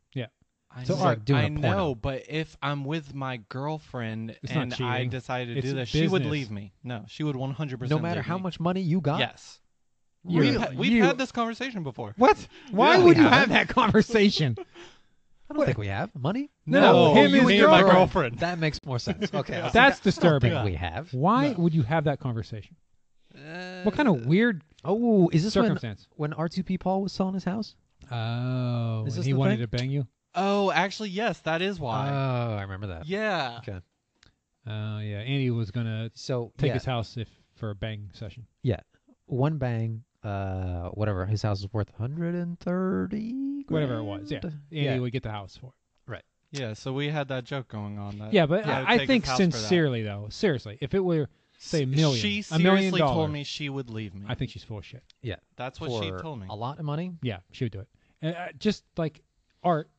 Speaker 3: I
Speaker 2: So,
Speaker 3: know,
Speaker 2: like, doing
Speaker 3: I
Speaker 2: a porno.
Speaker 3: know, but if I'm with my girlfriend
Speaker 4: It's not
Speaker 3: and I
Speaker 4: cheating.
Speaker 3: decided to
Speaker 4: It's
Speaker 3: do this, she would
Speaker 4: business.
Speaker 3: leave me. No, she would 100%
Speaker 2: No matter
Speaker 3: leave
Speaker 2: how
Speaker 3: me.
Speaker 2: much money you got.
Speaker 3: Yes.
Speaker 4: You-
Speaker 3: We've,
Speaker 2: Really?
Speaker 3: ha- we've
Speaker 4: you-
Speaker 3: had this conversation before.
Speaker 4: What? Why
Speaker 3: Yeah,
Speaker 4: would
Speaker 2: we
Speaker 4: you
Speaker 2: haven't.
Speaker 4: have that conversation?
Speaker 2: I don't think we have money.
Speaker 4: No, him
Speaker 3: you
Speaker 4: and
Speaker 3: and
Speaker 4: his
Speaker 3: my
Speaker 4: girlfriend.
Speaker 3: girlfriend.
Speaker 2: That makes more sense. Okay, I was like,
Speaker 4: That's
Speaker 2: I don't think
Speaker 4: disturbing.
Speaker 2: we have.
Speaker 4: Why
Speaker 3: No.
Speaker 4: would you have that conversation?
Speaker 3: Uh,
Speaker 4: What kind of weird
Speaker 2: Oh, is this when
Speaker 4: circumstance?
Speaker 2: when R2P Paul was selling his house?
Speaker 4: oh,
Speaker 2: Is
Speaker 4: and
Speaker 2: this
Speaker 4: he
Speaker 2: the
Speaker 4: wanted
Speaker 2: thing?
Speaker 4: to bang you?
Speaker 3: Oh, actually, yes, that is
Speaker 4: Uh,
Speaker 3: why.
Speaker 2: Oh, I remember that.
Speaker 3: yeah.
Speaker 2: Okay.
Speaker 4: Oh yeah, Andy was gonna
Speaker 2: So
Speaker 4: take
Speaker 2: yeah,
Speaker 4: his house if for a bang session.
Speaker 2: one bang, uh, whatever. His house is worth 130.
Speaker 4: Whatever it was, yeah.
Speaker 2: grand?
Speaker 4: Andy
Speaker 2: Yeah.
Speaker 4: would get the house for it.
Speaker 3: Yeah, so we had that joke going on. That
Speaker 4: Yeah, but
Speaker 3: I would
Speaker 4: I, I
Speaker 3: take
Speaker 4: think
Speaker 3: his house for that.
Speaker 4: sincerely though, seriously, if it were, say,
Speaker 3: S-
Speaker 4: million,
Speaker 3: She
Speaker 4: a million
Speaker 3: seriously told
Speaker 4: dollars.
Speaker 3: me she would leave me.
Speaker 4: I think she's full of shit.
Speaker 3: That's what she
Speaker 2: For
Speaker 3: told me.
Speaker 2: A lot of money.
Speaker 4: Yeah, she would do it. And uh, just like art,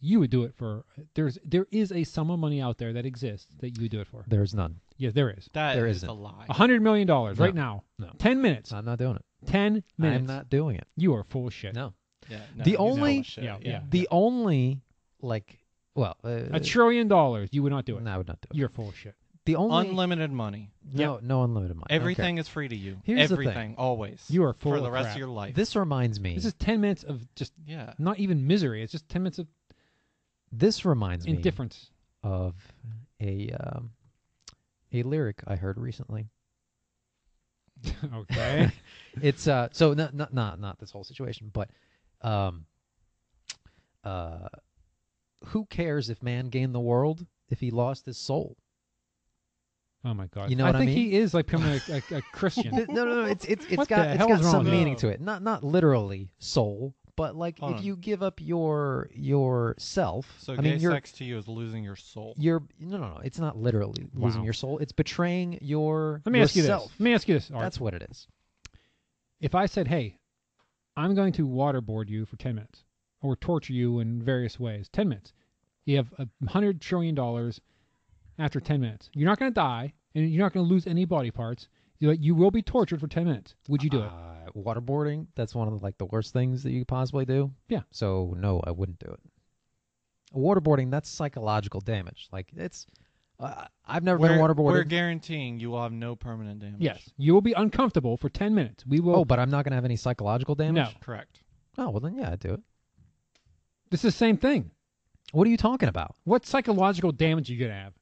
Speaker 4: you would do it for. There's there is a sum of money out there that exists that you would do it for.
Speaker 2: There's none.
Speaker 4: Yes, there is.
Speaker 3: That
Speaker 2: There
Speaker 3: is
Speaker 2: isn't.
Speaker 3: a lie.
Speaker 4: A hundred million dollars
Speaker 2: No.
Speaker 4: right now.
Speaker 2: No.
Speaker 4: Ten minutes.
Speaker 2: I'm not doing it.
Speaker 4: Ten minutes.
Speaker 2: I'm not doing it.
Speaker 4: You are full of shit.
Speaker 2: No.
Speaker 3: Yeah,
Speaker 2: The
Speaker 3: no, he's full of
Speaker 2: only-
Speaker 3: shit,
Speaker 4: Yeah, yeah.
Speaker 2: The only like, well, uh,
Speaker 4: A trillion dollars. You would not do it.
Speaker 2: no, I would not do it.
Speaker 4: You're full of shit.
Speaker 2: the only
Speaker 3: Unlimited money.
Speaker 2: no, no unlimited money. I don't care.
Speaker 3: Everything is free to you.
Speaker 2: Here's the thing.
Speaker 3: Everything, always.
Speaker 4: You are full
Speaker 3: for
Speaker 4: of
Speaker 3: the rest
Speaker 4: crap.
Speaker 3: of your life.
Speaker 2: This reminds me.
Speaker 4: This is ten minutes of just
Speaker 3: yeah.
Speaker 4: not even misery. It's just ten minutes of
Speaker 2: this reminds me
Speaker 4: indifference.
Speaker 2: of a um, a lyric I heard recently.
Speaker 4: okay.
Speaker 2: it's uh so not not not not this whole situation, but um uh who cares if man gained the world if he lost his soul?
Speaker 4: Oh my god.
Speaker 2: You know
Speaker 4: I
Speaker 2: what I
Speaker 4: think
Speaker 2: mean?
Speaker 4: he is like becoming a, a, a Christian.
Speaker 2: Th- no, no, no. It's it's it's
Speaker 4: What
Speaker 2: got
Speaker 4: the
Speaker 2: it's
Speaker 4: hell's
Speaker 2: got
Speaker 4: wrong
Speaker 2: some
Speaker 4: with
Speaker 2: meaning
Speaker 3: that?
Speaker 2: to it. Not not literally soul, but like
Speaker 3: Hold
Speaker 2: if
Speaker 3: on.
Speaker 2: you give up your yourself,
Speaker 3: So
Speaker 2: I
Speaker 3: gay
Speaker 2: mean, you're
Speaker 3: sex to you is losing your soul.
Speaker 2: you're no, no, no. It's not literally losing
Speaker 4: Wow.
Speaker 2: your soul. It's betraying your
Speaker 4: Let me ask you this.
Speaker 2: yourself.
Speaker 4: Let me ask you this. Art.
Speaker 2: That's what it is.
Speaker 4: if I said, "Hey, I'm going to waterboard you for ten minutes, or torture you in various ways," ten minutes, you have a hundred trillion dollars. After ten minutes, you're not going to die, and you're not going to lose any body parts. You you will be tortured for ten minutes. Would you do it?
Speaker 2: Uh, waterboarding. That's one of the, like the worst things that you could possibly do.
Speaker 4: Yeah.
Speaker 2: So no, I wouldn't do it. Waterboarding. That's psychological damage. Like it's. Uh, I've never
Speaker 3: we're,
Speaker 2: been
Speaker 3: we're
Speaker 2: waterboarded.
Speaker 3: guaranteeing you will have no permanent damage.
Speaker 4: Yes, you will be uncomfortable for ten minutes. We will.
Speaker 2: oh, but I'm not gonna have any psychological damage.
Speaker 3: Correct.
Speaker 2: No. Oh well, then yeah, I'd do it.
Speaker 4: this is the same thing.
Speaker 2: What are you talking about?
Speaker 4: What psychological damage are you going to have?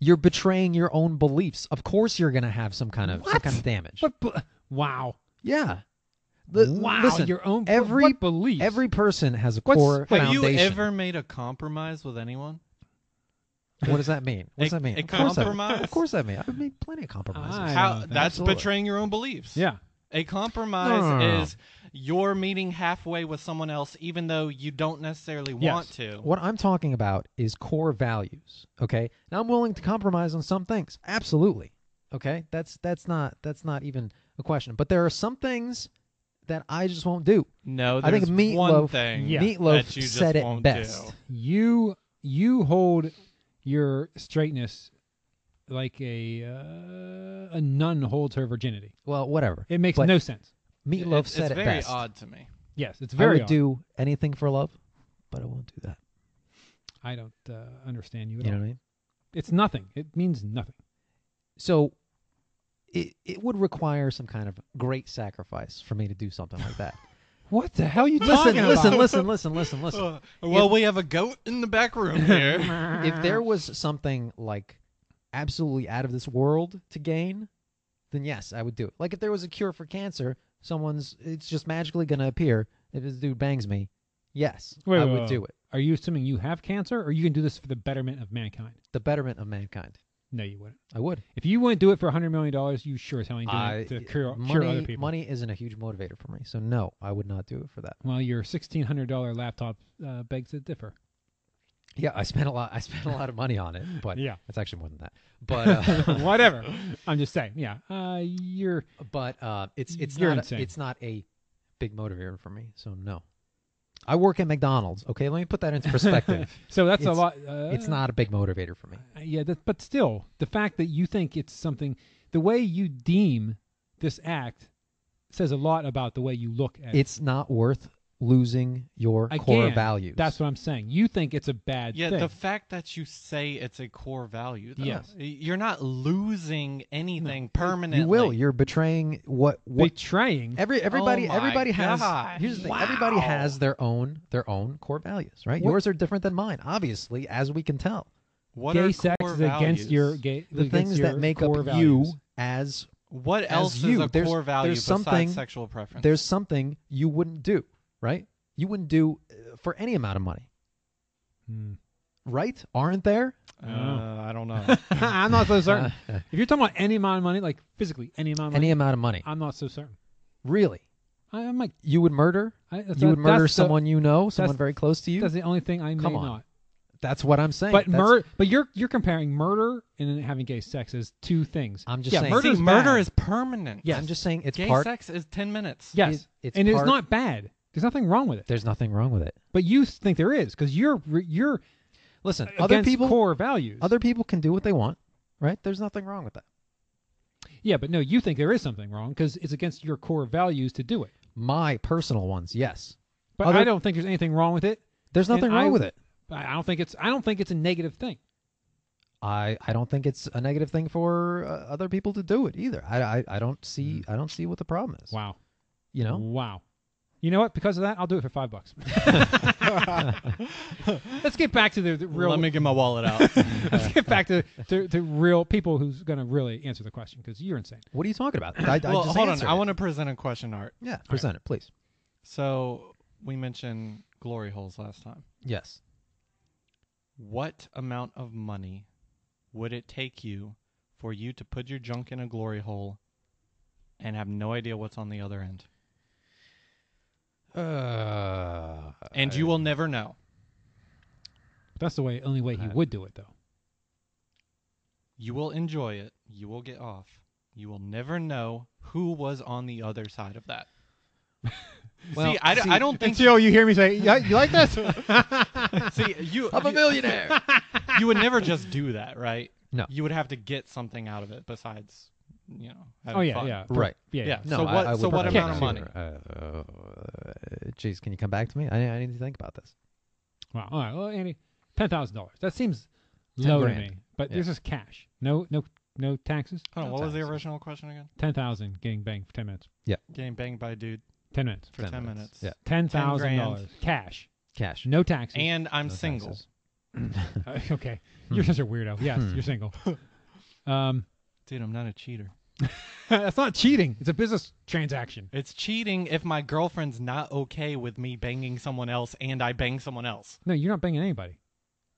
Speaker 2: You're betraying your own beliefs. Of course, you're gonna have some kind of some
Speaker 4: What?
Speaker 2: kind of damage.
Speaker 4: But, but wow,
Speaker 2: yeah. The-
Speaker 4: wow,
Speaker 2: Listen,
Speaker 4: your own
Speaker 2: every-
Speaker 4: what beliefs.
Speaker 2: every person has a
Speaker 4: What's-
Speaker 2: core
Speaker 3: Have
Speaker 2: foundation.
Speaker 3: you ever made a compromise with anyone?
Speaker 2: What does that mean? What does
Speaker 3: A-
Speaker 2: that mean?
Speaker 3: a
Speaker 2: of course I-
Speaker 3: compromise?
Speaker 2: of course I mean. I've made plenty of compromises.
Speaker 4: I
Speaker 3: How
Speaker 4: don't think-
Speaker 3: that's
Speaker 2: Absolutely.
Speaker 3: betraying your own beliefs.
Speaker 4: yeah,
Speaker 3: A compromise
Speaker 2: No, no, no, no.
Speaker 3: is you're meeting halfway with someone else even though you don't necessarily
Speaker 4: Yes.
Speaker 3: want to.
Speaker 2: What I'm talking about is core values. Okay. Now I'm willing to compromise on some things. Absolutely. Okay. That's that's not that's not even a question. But there are some things that I just won't do.
Speaker 3: No,
Speaker 2: I
Speaker 3: there's
Speaker 2: think
Speaker 3: one
Speaker 2: meatloaf-
Speaker 3: thing
Speaker 4: Yeah.
Speaker 2: Meatloaf
Speaker 3: that you just
Speaker 2: said it
Speaker 3: won't
Speaker 2: best.
Speaker 3: do.
Speaker 4: you you hold your straightness like a uh, a nun holds her virginity.
Speaker 2: Well, whatever.
Speaker 4: It makes
Speaker 2: But
Speaker 4: no sense.
Speaker 2: Meatloaf
Speaker 3: it's,
Speaker 2: said
Speaker 3: it's
Speaker 2: it
Speaker 3: very
Speaker 2: best.
Speaker 3: odd to me.
Speaker 4: Yes, it's
Speaker 2: I
Speaker 4: very.
Speaker 2: would
Speaker 4: odd.
Speaker 2: do anything for love, but I won't do that.
Speaker 4: I don't uh, understand you. At
Speaker 2: You know
Speaker 4: all.
Speaker 2: what I mean?
Speaker 4: It's nothing. It means nothing.
Speaker 2: So it it would require some kind of great sacrifice for me to do something like that.
Speaker 4: What the hell are you
Speaker 2: listen,
Speaker 4: talking
Speaker 2: listen,
Speaker 4: about?
Speaker 2: listen, listen, listen, listen.
Speaker 3: Uh, well, we have a goat in the back room here.
Speaker 2: if there was something like absolutely out of this world to gain, then yes, I would do it. Like if there was a cure for cancer, someone's it's just magically gonna appear if this dude bangs me. Yes,
Speaker 4: Wait,
Speaker 2: I
Speaker 4: wait,
Speaker 2: would
Speaker 4: wait.
Speaker 2: do it.
Speaker 4: Are you assuming you have cancer, or you can do this for the betterment of mankind?
Speaker 2: The betterment of mankind.
Speaker 4: No, you wouldn't.
Speaker 2: I would.
Speaker 4: If you wouldn't do it for hundred million dollars, you sure as hell ain't doing
Speaker 2: I-
Speaker 4: it to cure,
Speaker 2: money,
Speaker 4: cure other people.
Speaker 2: money isn't a huge motivator for me, so no, I would not do it for that.
Speaker 4: Well, your sixteen hundred dollar laptop uh, begs to differ.
Speaker 2: Yeah, I spent a lot. I spent a lot of money on it, but
Speaker 4: Yeah.
Speaker 2: it's actually more than that. But uh,
Speaker 4: Whatever. I'm just saying. Yeah. Uh, you're
Speaker 2: but uh, it's it's
Speaker 4: You're
Speaker 2: not
Speaker 4: insane.
Speaker 2: a, it's not a big motivator for me. So no, I work at McDonald's. Okay, let me put that into perspective.
Speaker 4: So that's a
Speaker 2: It's-
Speaker 4: lot. Uh,
Speaker 2: it's not a big motivator for me.
Speaker 4: Yeah, that, but still, the fact that you think it's something, the way you deem this act says a lot about the way you look at
Speaker 2: It's not worth losing your core
Speaker 4: Again,
Speaker 2: values.
Speaker 4: That's what I'm saying. You think it's a bad
Speaker 3: Yeah,
Speaker 4: thing.
Speaker 3: the fact that you say it's a core value. Though,
Speaker 4: Yes.
Speaker 3: You're not losing anything permanently.
Speaker 2: you will. You're betraying what what
Speaker 4: Betraying.
Speaker 2: every everybody
Speaker 4: Oh
Speaker 3: my
Speaker 2: everybody
Speaker 3: God.
Speaker 2: has. Here's the thing. Everybody
Speaker 3: Wow.
Speaker 2: has their own their own core values, right?
Speaker 4: What-
Speaker 2: Yours are different than mine, obviously, as we can tell.
Speaker 3: what
Speaker 4: gay
Speaker 3: are
Speaker 4: sex
Speaker 3: core
Speaker 4: is against your
Speaker 3: values?
Speaker 4: gay.
Speaker 2: The
Speaker 4: against
Speaker 2: things
Speaker 4: your
Speaker 2: that make up
Speaker 4: core
Speaker 2: you
Speaker 4: values.
Speaker 2: as
Speaker 3: What else
Speaker 2: you,
Speaker 3: is a
Speaker 2: there's-
Speaker 3: core value
Speaker 2: there's
Speaker 3: besides
Speaker 2: something-
Speaker 3: sexual preference?
Speaker 2: there's something you wouldn't do, right? You wouldn't do uh, for any amount of money,
Speaker 4: Hmm.
Speaker 2: right? Aren't there?
Speaker 3: uh,
Speaker 4: Oh.
Speaker 3: I don't know.
Speaker 4: I'm not so certain.
Speaker 2: Uh,
Speaker 4: if you're talking about any amount of money, like physically any amount of money,
Speaker 2: any amount of money,
Speaker 4: I'm not so certain.
Speaker 2: really?
Speaker 4: I, I'm like,
Speaker 2: You would murder?
Speaker 4: I, that's-
Speaker 2: you would murder
Speaker 4: that's the-
Speaker 2: someone you know, someone
Speaker 4: that's-
Speaker 2: very close to you.
Speaker 4: That's the only thing I may
Speaker 2: Come on.
Speaker 4: not.
Speaker 2: That's what I'm saying.
Speaker 4: But
Speaker 2: That's-
Speaker 4: murder. But you're you're comparing murder and then having gay sex as two things.
Speaker 2: I'm just
Speaker 4: yeah,
Speaker 2: saying-
Speaker 4: Murder
Speaker 3: See,
Speaker 4: is
Speaker 3: murder
Speaker 4: bad.
Speaker 3: is permanent.
Speaker 2: Yeah, I'm just saying it's
Speaker 3: gay
Speaker 2: part.
Speaker 3: sex is 10 minutes.
Speaker 4: yes,
Speaker 2: it- it's
Speaker 4: and
Speaker 2: part-
Speaker 4: it's not bad. There's nothing wrong with it.
Speaker 2: There's nothing wrong with it.
Speaker 4: But you think there is because you're re- you're
Speaker 2: Listen, other
Speaker 4: against
Speaker 2: people,
Speaker 4: core values.
Speaker 2: other people can do what they want, right? There's nothing wrong with that.
Speaker 4: yeah, but no, you think there is something wrong because it's against your core values to do it.
Speaker 2: My personal ones, yes.
Speaker 4: But
Speaker 2: Other-
Speaker 4: I don't think there's anything wrong with it.
Speaker 2: There's
Speaker 4: And
Speaker 2: nothing wrong
Speaker 4: I-
Speaker 2: with it.
Speaker 4: I I don't think it's I don't think it's a negative thing.
Speaker 2: I, I don't think it's a negative thing for uh, other people to do it either. I, I, I don't see
Speaker 4: Mm.
Speaker 2: I don't see what the problem is.
Speaker 4: Wow.
Speaker 2: You know,
Speaker 4: Wow. You know what? Because of that, I'll do it for five bucks. Let's get back to the, the real.
Speaker 3: Let me get my wallet out.
Speaker 4: let's get back to, to to real people who's going to really answer the question because you're insane.
Speaker 2: What are you talking about? I, I
Speaker 3: well,
Speaker 2: just
Speaker 3: hold on.
Speaker 2: answered
Speaker 3: I
Speaker 2: it.
Speaker 3: want to present a question, Art.
Speaker 2: Yeah, present it, please.
Speaker 3: So we mentioned glory holes last time.
Speaker 2: Yes.
Speaker 3: What amount of money would it take you for you to put your junk in a glory hole and have no idea what's on the other end?
Speaker 2: Uh,
Speaker 3: And you will never know.
Speaker 4: That's the way only way he
Speaker 2: Uh,
Speaker 4: would do it though.
Speaker 3: You will enjoy it. You will get off. You will never know who was on the other side of that.
Speaker 2: Well,
Speaker 3: see, I, d-
Speaker 2: see,
Speaker 3: I don't think
Speaker 4: you hear me say, "Yeah, you like this?"
Speaker 3: see you.
Speaker 2: I'm a
Speaker 3: you,
Speaker 2: millionaire.
Speaker 3: you would never just do that, right?
Speaker 2: No.
Speaker 3: You would have to get something out of it besides, you know. Having
Speaker 4: oh yeah,
Speaker 3: fun.
Speaker 4: yeah,
Speaker 2: Right.
Speaker 4: yeah.
Speaker 3: Yeah.
Speaker 2: No,
Speaker 3: So
Speaker 2: I-
Speaker 3: what-
Speaker 2: I would
Speaker 3: so what
Speaker 2: probably
Speaker 4: amount of
Speaker 3: money?
Speaker 2: consider, Uh, uh, geez, can you come back to me? I, I need to think about this.
Speaker 4: Wow. All right. Well, Andy, ten thousand dollars. That seems
Speaker 2: 10
Speaker 4: low
Speaker 2: grand.
Speaker 4: to me. But
Speaker 2: Yeah.
Speaker 4: this is cash. No, no, no taxes.
Speaker 3: Hold on, what was the
Speaker 2: Sometimes.
Speaker 3: original question again?
Speaker 4: Ten thousand getting banged for ten minutes.
Speaker 3: Getting banged by a dude
Speaker 4: Ten minutes.
Speaker 3: for 10,
Speaker 2: Ten
Speaker 3: minutes.
Speaker 2: minutes.
Speaker 4: Ten thousand dollars
Speaker 3: grand.
Speaker 4: cash.
Speaker 2: Cash.
Speaker 4: No taxes.
Speaker 3: And I'm
Speaker 2: No
Speaker 3: single.
Speaker 2: taxes.
Speaker 4: Uh, okay, you're such a weirdo. Yes,
Speaker 2: Hmm.
Speaker 4: you're single. Um,
Speaker 3: Dude, I'm not a cheater.
Speaker 4: that's not cheating. It's a business transaction.
Speaker 3: It's cheating if my girlfriend's not okay with me banging someone else and I bang someone else.
Speaker 4: No, you're not banging anybody.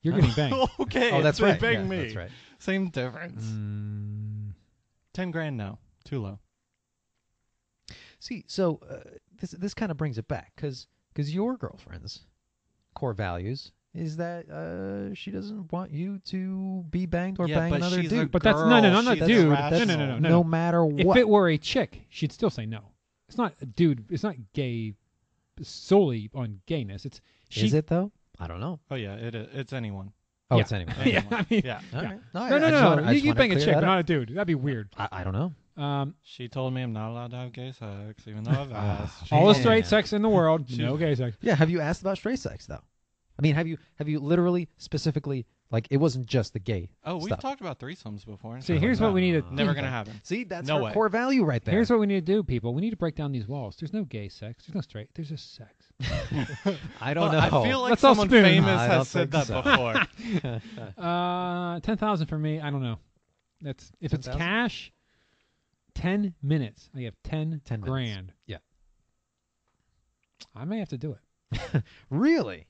Speaker 4: You're
Speaker 2: No.
Speaker 4: getting banged.
Speaker 3: okay.
Speaker 2: Oh,
Speaker 3: if
Speaker 2: that's
Speaker 3: they
Speaker 2: right.
Speaker 3: Bang
Speaker 2: Yeah,
Speaker 3: me.
Speaker 2: That's right.
Speaker 3: Same difference.
Speaker 4: Mm,
Speaker 3: 10 grand no. Too low.
Speaker 2: See, so uh, this this kind of brings it back because your girlfriend's core values is that uh, she doesn't want you to be banged or
Speaker 3: yeah,
Speaker 2: bang
Speaker 3: but
Speaker 2: another
Speaker 3: she's
Speaker 2: dude.
Speaker 3: A
Speaker 4: But that's- no, no,
Speaker 3: girl.
Speaker 4: no, not
Speaker 3: She's
Speaker 4: dude.
Speaker 3: irrational.
Speaker 4: That's- no, no, no, no.
Speaker 2: no matter
Speaker 4: If
Speaker 2: what.
Speaker 4: it were a chick, she'd still say no. It's not, dude. It's not gay solely on gayness. It's she.
Speaker 2: is it though? I don't know.
Speaker 3: Oh yeah, it is. It's anyone.
Speaker 2: Oh,
Speaker 4: Yeah.
Speaker 2: it's anyway.
Speaker 4: Yeah, I mean,
Speaker 3: Yeah.
Speaker 2: All
Speaker 4: Yeah.
Speaker 2: right. No,
Speaker 4: no,
Speaker 2: I, I just
Speaker 4: no,
Speaker 2: wanna-
Speaker 4: no.
Speaker 2: I
Speaker 4: you
Speaker 2: just
Speaker 4: you
Speaker 2: wanna
Speaker 4: bang a
Speaker 2: clear
Speaker 4: chick,
Speaker 2: that
Speaker 4: but
Speaker 2: up.
Speaker 4: not a dude. That'd be weird.
Speaker 2: I, I don't know.
Speaker 4: Um,
Speaker 3: She told me I'm not allowed to have gay sex, even though I've asked. She
Speaker 4: Ah. all the
Speaker 2: Yeah.
Speaker 3: told
Speaker 4: straight sex in the world,
Speaker 3: She's-
Speaker 4: no gay sex.
Speaker 2: Yeah, have you asked about straight sex though? I mean, have you have you literally specifically like it wasn't just the gay?
Speaker 3: me- Oh, we've
Speaker 2: stuff.
Speaker 3: talked about threesomes before. and
Speaker 4: See,
Speaker 3: stuff like
Speaker 4: here's what
Speaker 3: that.
Speaker 4: we need to
Speaker 3: Never
Speaker 4: think
Speaker 3: gonna
Speaker 4: about.
Speaker 3: happen.
Speaker 2: See, that's
Speaker 3: No
Speaker 2: her
Speaker 3: way.
Speaker 2: core value right there.
Speaker 4: Here's what we need to do, people. We need to break down these walls. There's no gay sex. There's no straight. There's just sex.
Speaker 2: I don't
Speaker 3: Well,
Speaker 2: know.
Speaker 3: I feel like
Speaker 4: Let's all
Speaker 3: someone
Speaker 4: spoon.
Speaker 3: famous
Speaker 2: I don't
Speaker 3: has said that
Speaker 2: think so.
Speaker 3: before.
Speaker 4: Uh, ten thousand for me. I don't know. That's if it's
Speaker 2: 10,000?
Speaker 4: cash. Ten minutes. I have ten,
Speaker 2: 10 minutes.
Speaker 4: grand.
Speaker 2: Yeah.
Speaker 4: I may have to do it.
Speaker 2: really,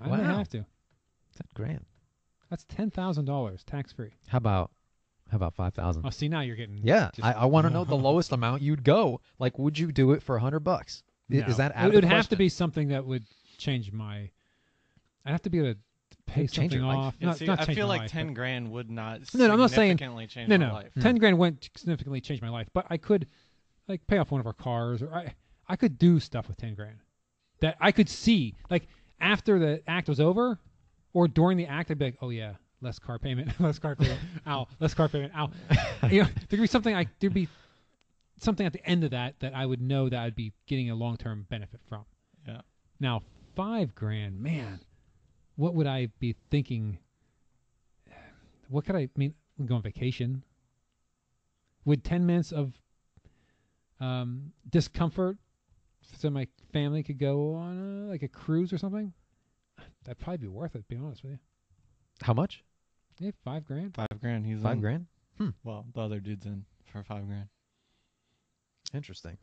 Speaker 4: I may
Speaker 2: Wow.
Speaker 4: have to.
Speaker 2: ten grand.
Speaker 4: That's ten thousand dollars tax free.
Speaker 2: How about how about five thousand?
Speaker 4: Oh, see now you're getting
Speaker 2: Yeah,
Speaker 4: just-
Speaker 2: I, I want to know the lowest amount you'd go. Like, would you do it for a hundred bucks? I-
Speaker 4: No.
Speaker 2: Is that out
Speaker 4: it
Speaker 2: of
Speaker 4: would
Speaker 2: the
Speaker 4: have to
Speaker 2: question?
Speaker 4: be something that would change my. I'd have to be able to pay
Speaker 2: Would change
Speaker 4: something
Speaker 2: your life.
Speaker 4: off.
Speaker 3: Yeah,
Speaker 4: not,
Speaker 3: see,
Speaker 4: not
Speaker 3: I
Speaker 4: change
Speaker 3: feel
Speaker 4: my
Speaker 3: like
Speaker 4: life,
Speaker 3: ten
Speaker 4: but-
Speaker 3: grand would not
Speaker 4: No, no, I'm not saying-
Speaker 3: significantly change
Speaker 4: No,
Speaker 3: my
Speaker 4: no,
Speaker 3: life.
Speaker 4: ten grand wouldn't significantly change my life, but I could, like, pay off one of our cars, or I, I could do stuff with ten grand that I could see, like, after the act was over, or during the act, I'd be like, oh yeah, less car payment, less car payment, ow, less car payment, ow. you know, there'd be something I there'd be something at the end of that that I would know that I'd be getting a long term benefit from.
Speaker 3: Yeah.
Speaker 4: Now five grand, man, what would I be thinking? What could I I mean? We go on vacation. Would ten minutes of um, discomfort so my family could go on a, like a cruise or something? That'd probably be worth it. To be honest with you,
Speaker 2: How much?
Speaker 4: yeah, five grand.
Speaker 3: Five grand. He's
Speaker 2: Five
Speaker 3: in.
Speaker 2: grand.
Speaker 3: Well, the other dude's in for five grand.
Speaker 2: Interesting.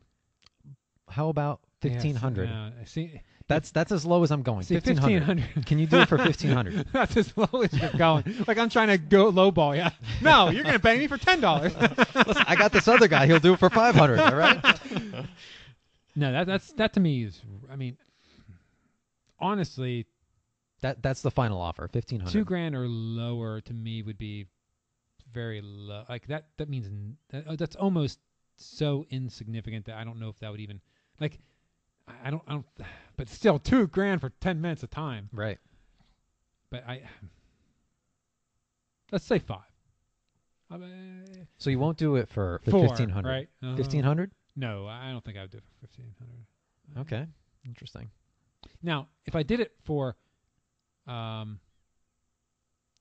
Speaker 2: How about fifteen hundred?
Speaker 4: Yeah, so, yeah, see,
Speaker 2: That's that's as low as I'm going.
Speaker 4: see,
Speaker 2: Fifteen
Speaker 4: fifteen
Speaker 2: hundred.
Speaker 4: hundred.
Speaker 2: Can you do it for fifteen hundred?
Speaker 4: That's as low as you're going. Like I'm trying to go lowball. Yeah. No, you're gonna pay me for ten dollars.
Speaker 2: Listen, I got this other guy. He'll do it for five hundred. All right.
Speaker 4: no, that, that's that to me is. I mean, honestly,
Speaker 2: That that's the final offer. Fifteen
Speaker 4: two
Speaker 2: hundred.
Speaker 4: grand or lower to me would be very low. Like that. That means n- that, uh, that's almost so insignificant that I don't know if that would even like. I I don't. I don't. But still, two grand for ten minutes of time.
Speaker 2: Right.
Speaker 4: But I. Let's say five. I mean,
Speaker 2: So you won't do it for, for
Speaker 4: four,
Speaker 2: fifteen hundred.
Speaker 4: right? Uh,
Speaker 2: Fifteen hundred.
Speaker 4: No, I don't think I would do it for fifteen hundred.
Speaker 2: Okay. Interesting.
Speaker 4: Now, if I did it for, um,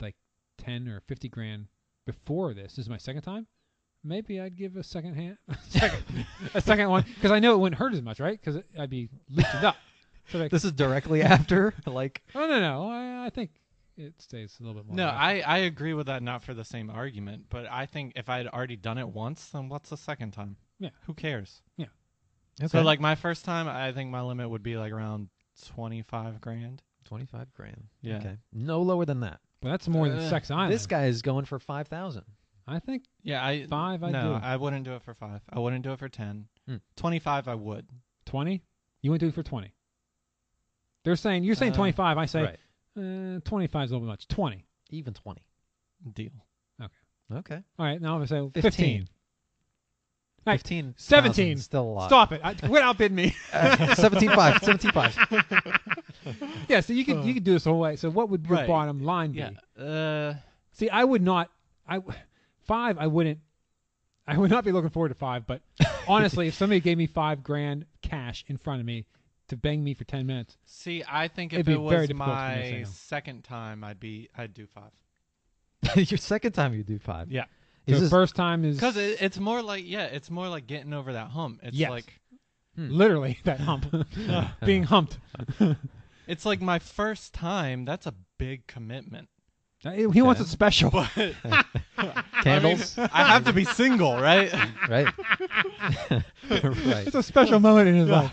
Speaker 4: like ten or fifty grand before this, this is my second time. Maybe I'd give a second hand, second, a second one, because I know it wouldn't hurt as much, right? Because I'd be lifted up. So like,
Speaker 2: This is directly after. Like
Speaker 4: oh no, no, I, I think it stays a little bit more.
Speaker 3: No,
Speaker 4: relaxed.
Speaker 3: I, I agree with that. Not for the same argument, but I think if I had already done it once, then what's the second time?
Speaker 4: Yeah.
Speaker 3: Who cares?
Speaker 2: okay.
Speaker 3: So like my first time, I think my limit would be like around twenty five grand.
Speaker 2: twenty five grand.
Speaker 3: Yeah.
Speaker 2: Okay. No lower than that.
Speaker 4: but that's more than
Speaker 3: Uh,
Speaker 4: Sex Island.
Speaker 2: This guy is going for five thousand.
Speaker 4: I think
Speaker 3: Yeah. I
Speaker 4: Five, I'd
Speaker 3: no,
Speaker 4: do.
Speaker 3: I wouldn't do it for five. I wouldn't do it for ten.
Speaker 2: Hmm.
Speaker 3: Twenty five, I would.
Speaker 4: twenty. You wouldn't do it for twenty. They're saying you're saying
Speaker 3: Uh,
Speaker 4: twenty five. I say
Speaker 2: Right.
Speaker 4: uh, twenty five is a little bit much. Twenty.
Speaker 2: Even twenty.
Speaker 3: Deal.
Speaker 2: Okay.
Speaker 4: All right, now I'm gonna
Speaker 2: 15.
Speaker 4: say fifteen. Right.
Speaker 2: Fifteen.
Speaker 4: 17.
Speaker 2: Still a lot.
Speaker 4: Stop it! I, quit outbid me.
Speaker 2: Seventeen five. Seventeen five.
Speaker 4: yeah, so you could you could do this the whole way. So what would your
Speaker 3: Right.
Speaker 4: bottom line be?
Speaker 3: Yeah. Uh.
Speaker 4: See, I would not. I w- five. I wouldn't. I would not be looking forward to five. But honestly, if somebody gave me five grand cash in front of me to bang me for ten minutes,
Speaker 3: See, I think if
Speaker 4: It'd be
Speaker 3: it
Speaker 4: very
Speaker 3: was
Speaker 4: difficult for me to say
Speaker 3: my
Speaker 4: no.
Speaker 3: second time, I'd be I'd do five.
Speaker 2: Your second time you do five.
Speaker 3: Yeah.
Speaker 2: Is
Speaker 4: the
Speaker 2: this,
Speaker 4: first time is
Speaker 3: Because it, it's more like yeah, it's more like getting over that hump. It's
Speaker 4: Yes.
Speaker 3: like hmm.
Speaker 4: literally that hump, being humped.
Speaker 3: it's like my first time. That's a big commitment.
Speaker 4: Uh, He he wants
Speaker 2: Okay.
Speaker 4: it special.
Speaker 2: candles,
Speaker 3: I have to be single, right?
Speaker 2: right?
Speaker 4: It's
Speaker 2: right.
Speaker 4: a special moment in his life.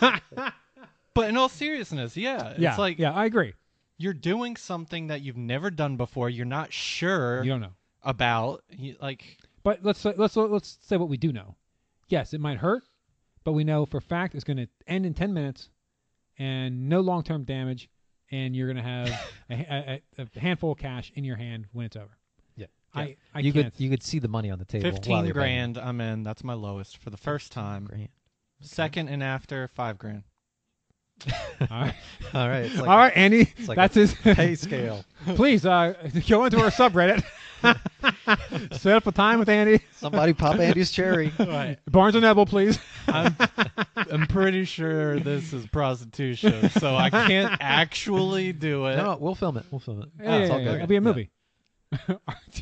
Speaker 3: But in all seriousness, yeah,
Speaker 4: Yeah,
Speaker 3: it's like
Speaker 4: yeah, I agree.
Speaker 3: you're doing something that you've never done before. You're not sure
Speaker 4: You don't know.
Speaker 3: about. You, like
Speaker 4: But let's say, let's let's say what we do know. Yes, it might hurt, but we know for a fact it's going to end in ten minutes, and no long-term damage, and you're going to have a, ha- a, a handful of cash in your hand when it's over.
Speaker 2: Yeah.
Speaker 4: I I
Speaker 2: you
Speaker 4: can't.
Speaker 2: could you could see the money on the table. while
Speaker 3: fifteen
Speaker 2: you're banging.
Speaker 3: grand, I'm in. That's my lowest for the first time.
Speaker 2: Grand.
Speaker 3: Second and after, five grand.
Speaker 4: all right,
Speaker 2: All right. It's like
Speaker 4: all right, Andy,
Speaker 2: like
Speaker 4: that's his
Speaker 2: a pay scale.
Speaker 4: Please uh, go into our subreddit. Set up a time with Andy.
Speaker 2: Somebody pop Andy's cherry.
Speaker 4: Barnes and Noble, please.
Speaker 3: I'm, I'm pretty sure this is prostitution, so I can't actually do it.
Speaker 2: No, we'll film it. We'll film it. Ah,
Speaker 4: Yeah,
Speaker 2: it's all
Speaker 4: yeah, yeah,
Speaker 2: good.
Speaker 4: It'll be a
Speaker 2: Yeah.
Speaker 4: movie.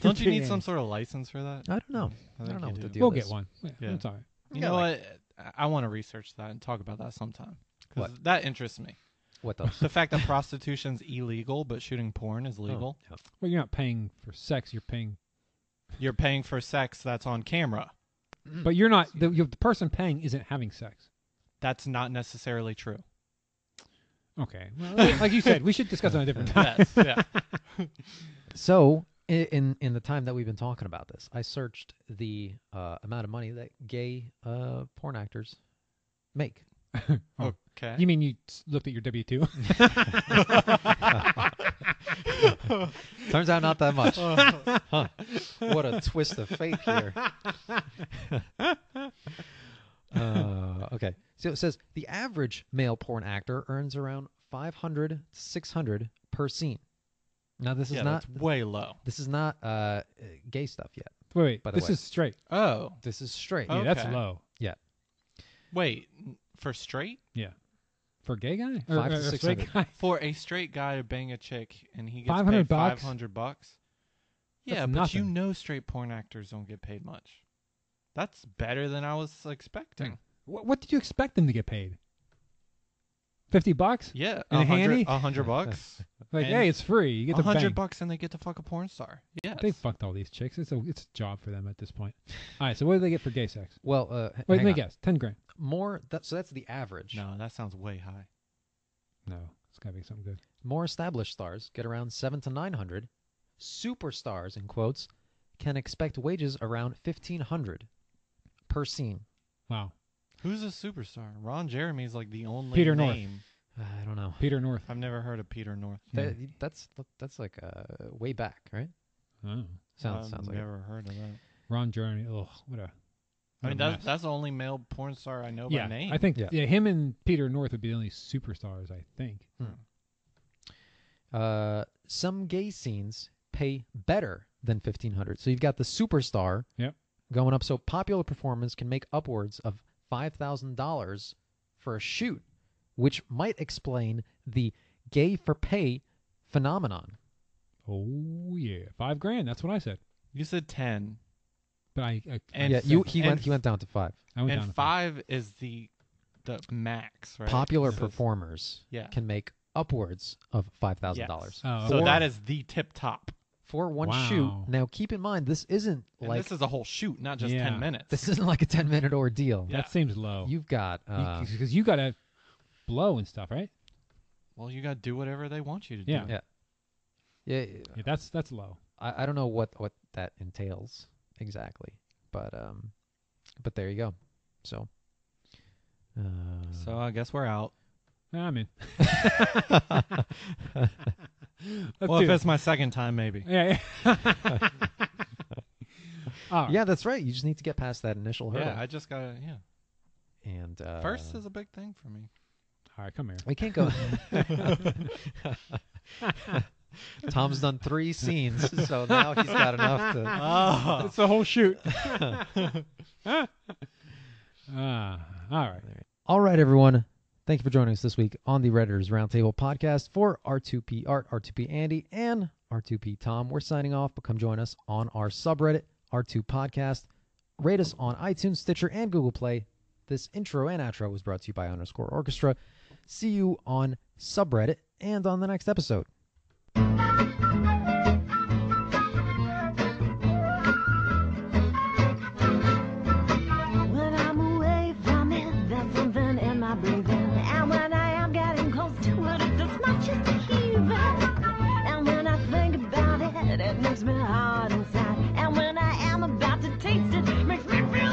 Speaker 3: Don't you need
Speaker 4: R2D8.
Speaker 3: some sort of license for that?
Speaker 2: I don't know.
Speaker 3: I
Speaker 2: I don't
Speaker 3: think
Speaker 2: know
Speaker 3: you
Speaker 2: what to
Speaker 3: do.
Speaker 2: do.
Speaker 4: We'll
Speaker 2: with
Speaker 4: get
Speaker 2: this.
Speaker 4: one. Yeah,
Speaker 3: Yeah.
Speaker 4: That's all right.
Speaker 3: You
Speaker 2: Yeah,
Speaker 3: know
Speaker 2: like-
Speaker 3: what? I want to research that and talk about that sometime. 'Cause
Speaker 2: What?
Speaker 3: that interests me.
Speaker 2: What the?
Speaker 3: The fact that prostitution's illegal, but shooting porn is legal.
Speaker 2: Oh,
Speaker 4: Well, you're not paying for sex. You're paying,
Speaker 3: You're paying for sex that's on camera.
Speaker 4: but you're not. The, you the person paying isn't having sex.
Speaker 3: That's not necessarily true.
Speaker 4: Okay. Well, like you said, we should discuss on a different time.
Speaker 3: Yes. Yeah.
Speaker 2: yeah. So i- in in the time that we've been talking about this, I searched the uh, amount of money that gay uh, porn actors make.
Speaker 4: Oh.
Speaker 3: Okay.
Speaker 4: You mean you s- looked at your W two?
Speaker 2: Turns out not that much.
Speaker 3: Oh.
Speaker 2: Huh. What a twist of fate here. uh, okay. So it says the average male porn actor earns around 500 to 600 per scene. Now this is
Speaker 3: yeah,
Speaker 2: not
Speaker 3: that's way low.
Speaker 2: this is not uh, uh, gay stuff yet.
Speaker 4: Wait, wait.
Speaker 2: By the
Speaker 4: this
Speaker 2: way.
Speaker 4: is straight.
Speaker 3: Oh,
Speaker 2: This is straight.
Speaker 3: Oh.
Speaker 4: Yeah, that's
Speaker 3: Okay.
Speaker 4: low
Speaker 3: wait. n- For straight?
Speaker 4: for a gay guy. Or-
Speaker 2: Five to
Speaker 4: or a
Speaker 2: six
Speaker 4: straight
Speaker 2: hundred.
Speaker 4: guy?
Speaker 3: For a straight guy to bang a chick and he gets
Speaker 4: 500
Speaker 3: paid
Speaker 4: bucks?
Speaker 3: 500 bucks? Yeah,
Speaker 4: That's
Speaker 3: but you
Speaker 4: nothing.
Speaker 3: know straight porn actors don't get paid much. That's better than I was expecting.
Speaker 4: What, what did you expect them to get paid? Fifty bucks?
Speaker 3: Yeah,
Speaker 4: And
Speaker 3: a
Speaker 4: handy?
Speaker 3: hundred, a hundred bucks,
Speaker 4: Like,
Speaker 3: And
Speaker 4: hey, it's free. You get
Speaker 3: a
Speaker 4: to
Speaker 3: hundred
Speaker 4: bang.
Speaker 3: bucks, and they get to fuck a porn star. Yes.
Speaker 4: They fucked all these chicks. It's a it's a job for them at this point. All right. So what do they get for gay sex?
Speaker 2: Well, uh, h-
Speaker 4: Wait,
Speaker 2: hang
Speaker 4: let me
Speaker 2: on.
Speaker 4: guess. Ten grand.
Speaker 2: More. That, so that's the average.
Speaker 3: no, that sounds way high.
Speaker 4: No, it's gotta be something good.
Speaker 2: More established stars get around seven to nine hundred. Superstars, in quotes, can expect wages around fifteen hundred per scene.
Speaker 4: Wow.
Speaker 3: Who's a superstar? Ron Jeremy's like the only
Speaker 4: Peter North.
Speaker 3: name.
Speaker 2: Uh, I don't know.
Speaker 4: Peter North.
Speaker 3: I've never heard of Peter North.
Speaker 2: That, that's that's like uh, way back, right?
Speaker 4: Oh.
Speaker 2: Sounds
Speaker 3: I've
Speaker 2: sounds like it.
Speaker 3: Um, never heard of that.
Speaker 4: Ron Jeremy. Ugh, what a.
Speaker 3: I
Speaker 4: what a
Speaker 3: mean, that's
Speaker 4: mess.
Speaker 3: that's the only male porn star I know
Speaker 4: yeah.
Speaker 3: by name.
Speaker 4: I think
Speaker 2: Yeah.
Speaker 4: yeah. him and Peter North would be the only superstars. I think.
Speaker 2: uh, some gay scenes pay better than 1500 so you've got the superstar
Speaker 4: Yep.
Speaker 2: going up so popular performance can make upwards of $5000 for a shoot which might explain the gay for pay phenomenon
Speaker 4: Oh yeah, five grand. That's what I said.
Speaker 3: you said ten,
Speaker 4: But I, I
Speaker 3: And
Speaker 2: yeah you,
Speaker 3: f-
Speaker 2: he
Speaker 3: and
Speaker 2: went he
Speaker 3: f-
Speaker 2: went down to five
Speaker 4: I went down
Speaker 3: and
Speaker 4: to five.
Speaker 3: five is the the max, right?
Speaker 2: popular
Speaker 3: This is-
Speaker 2: performers
Speaker 3: Yeah.
Speaker 2: can make upwards of $5000
Speaker 3: Yes.
Speaker 4: Oh,
Speaker 3: So
Speaker 4: okay.
Speaker 3: that is the tip top.
Speaker 2: for one
Speaker 4: Wow.
Speaker 2: shoot now keep in mind this isn't
Speaker 3: And
Speaker 2: like
Speaker 3: this is a whole shoot, not just
Speaker 4: Yeah.
Speaker 3: ten minutes.
Speaker 2: this isn't like a 10 minute ordeal
Speaker 3: Yeah.
Speaker 4: That seems low.
Speaker 2: you've got uh,
Speaker 4: because you got to blow and stuff, right?
Speaker 3: well, you gotta do whatever they want you to
Speaker 4: Yeah.
Speaker 3: do.
Speaker 2: Yeah. yeah
Speaker 4: Yeah, that's that's low.
Speaker 2: I, I don't know what what that entails exactly, but um, but there you go. So. Uh,
Speaker 3: So I guess we're out.
Speaker 4: Nah, I'm in.
Speaker 2: uh,
Speaker 4: Let's
Speaker 3: well,
Speaker 4: do
Speaker 3: if
Speaker 4: it.
Speaker 3: it's my second time, maybe.
Speaker 4: yeah. yeah. All right.
Speaker 2: yeah, that's right. You just need to get past that initial hurdle.
Speaker 3: Yeah, I just gotta. Yeah,
Speaker 2: and uh,
Speaker 3: first is a big thing for me.
Speaker 4: All right, come here.
Speaker 2: we can't go. Tom's done three scenes, so now he's got enough to.
Speaker 3: Oh,
Speaker 4: It's the whole shoot. ah, all right.
Speaker 2: All right, everyone. Thank you for joining us this week on the Redditors Roundtable podcast for R2P Art, R2P Andy, and R2P Tom. We're signing off, but come join us on our subreddit, R2 Podcast. Rate us on iTunes, Stitcher, and Google Play. This intro and outro was brought to you by Underscore Orchestra. See you on subreddit and on the next episode.
Speaker 5: When I'm away from it, there's something in my breathing. And when I am getting close to it, it does not just heaving. And when I think about it, it makes me hard inside. And when I am about to taste it, makes me feel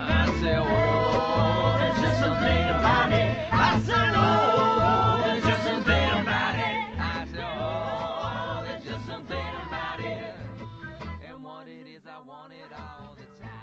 Speaker 1: I say, oh, there's just something about it. I say, oh, there's just something about it. I say, oh, there's just something about it. And what it is, I want it all the time.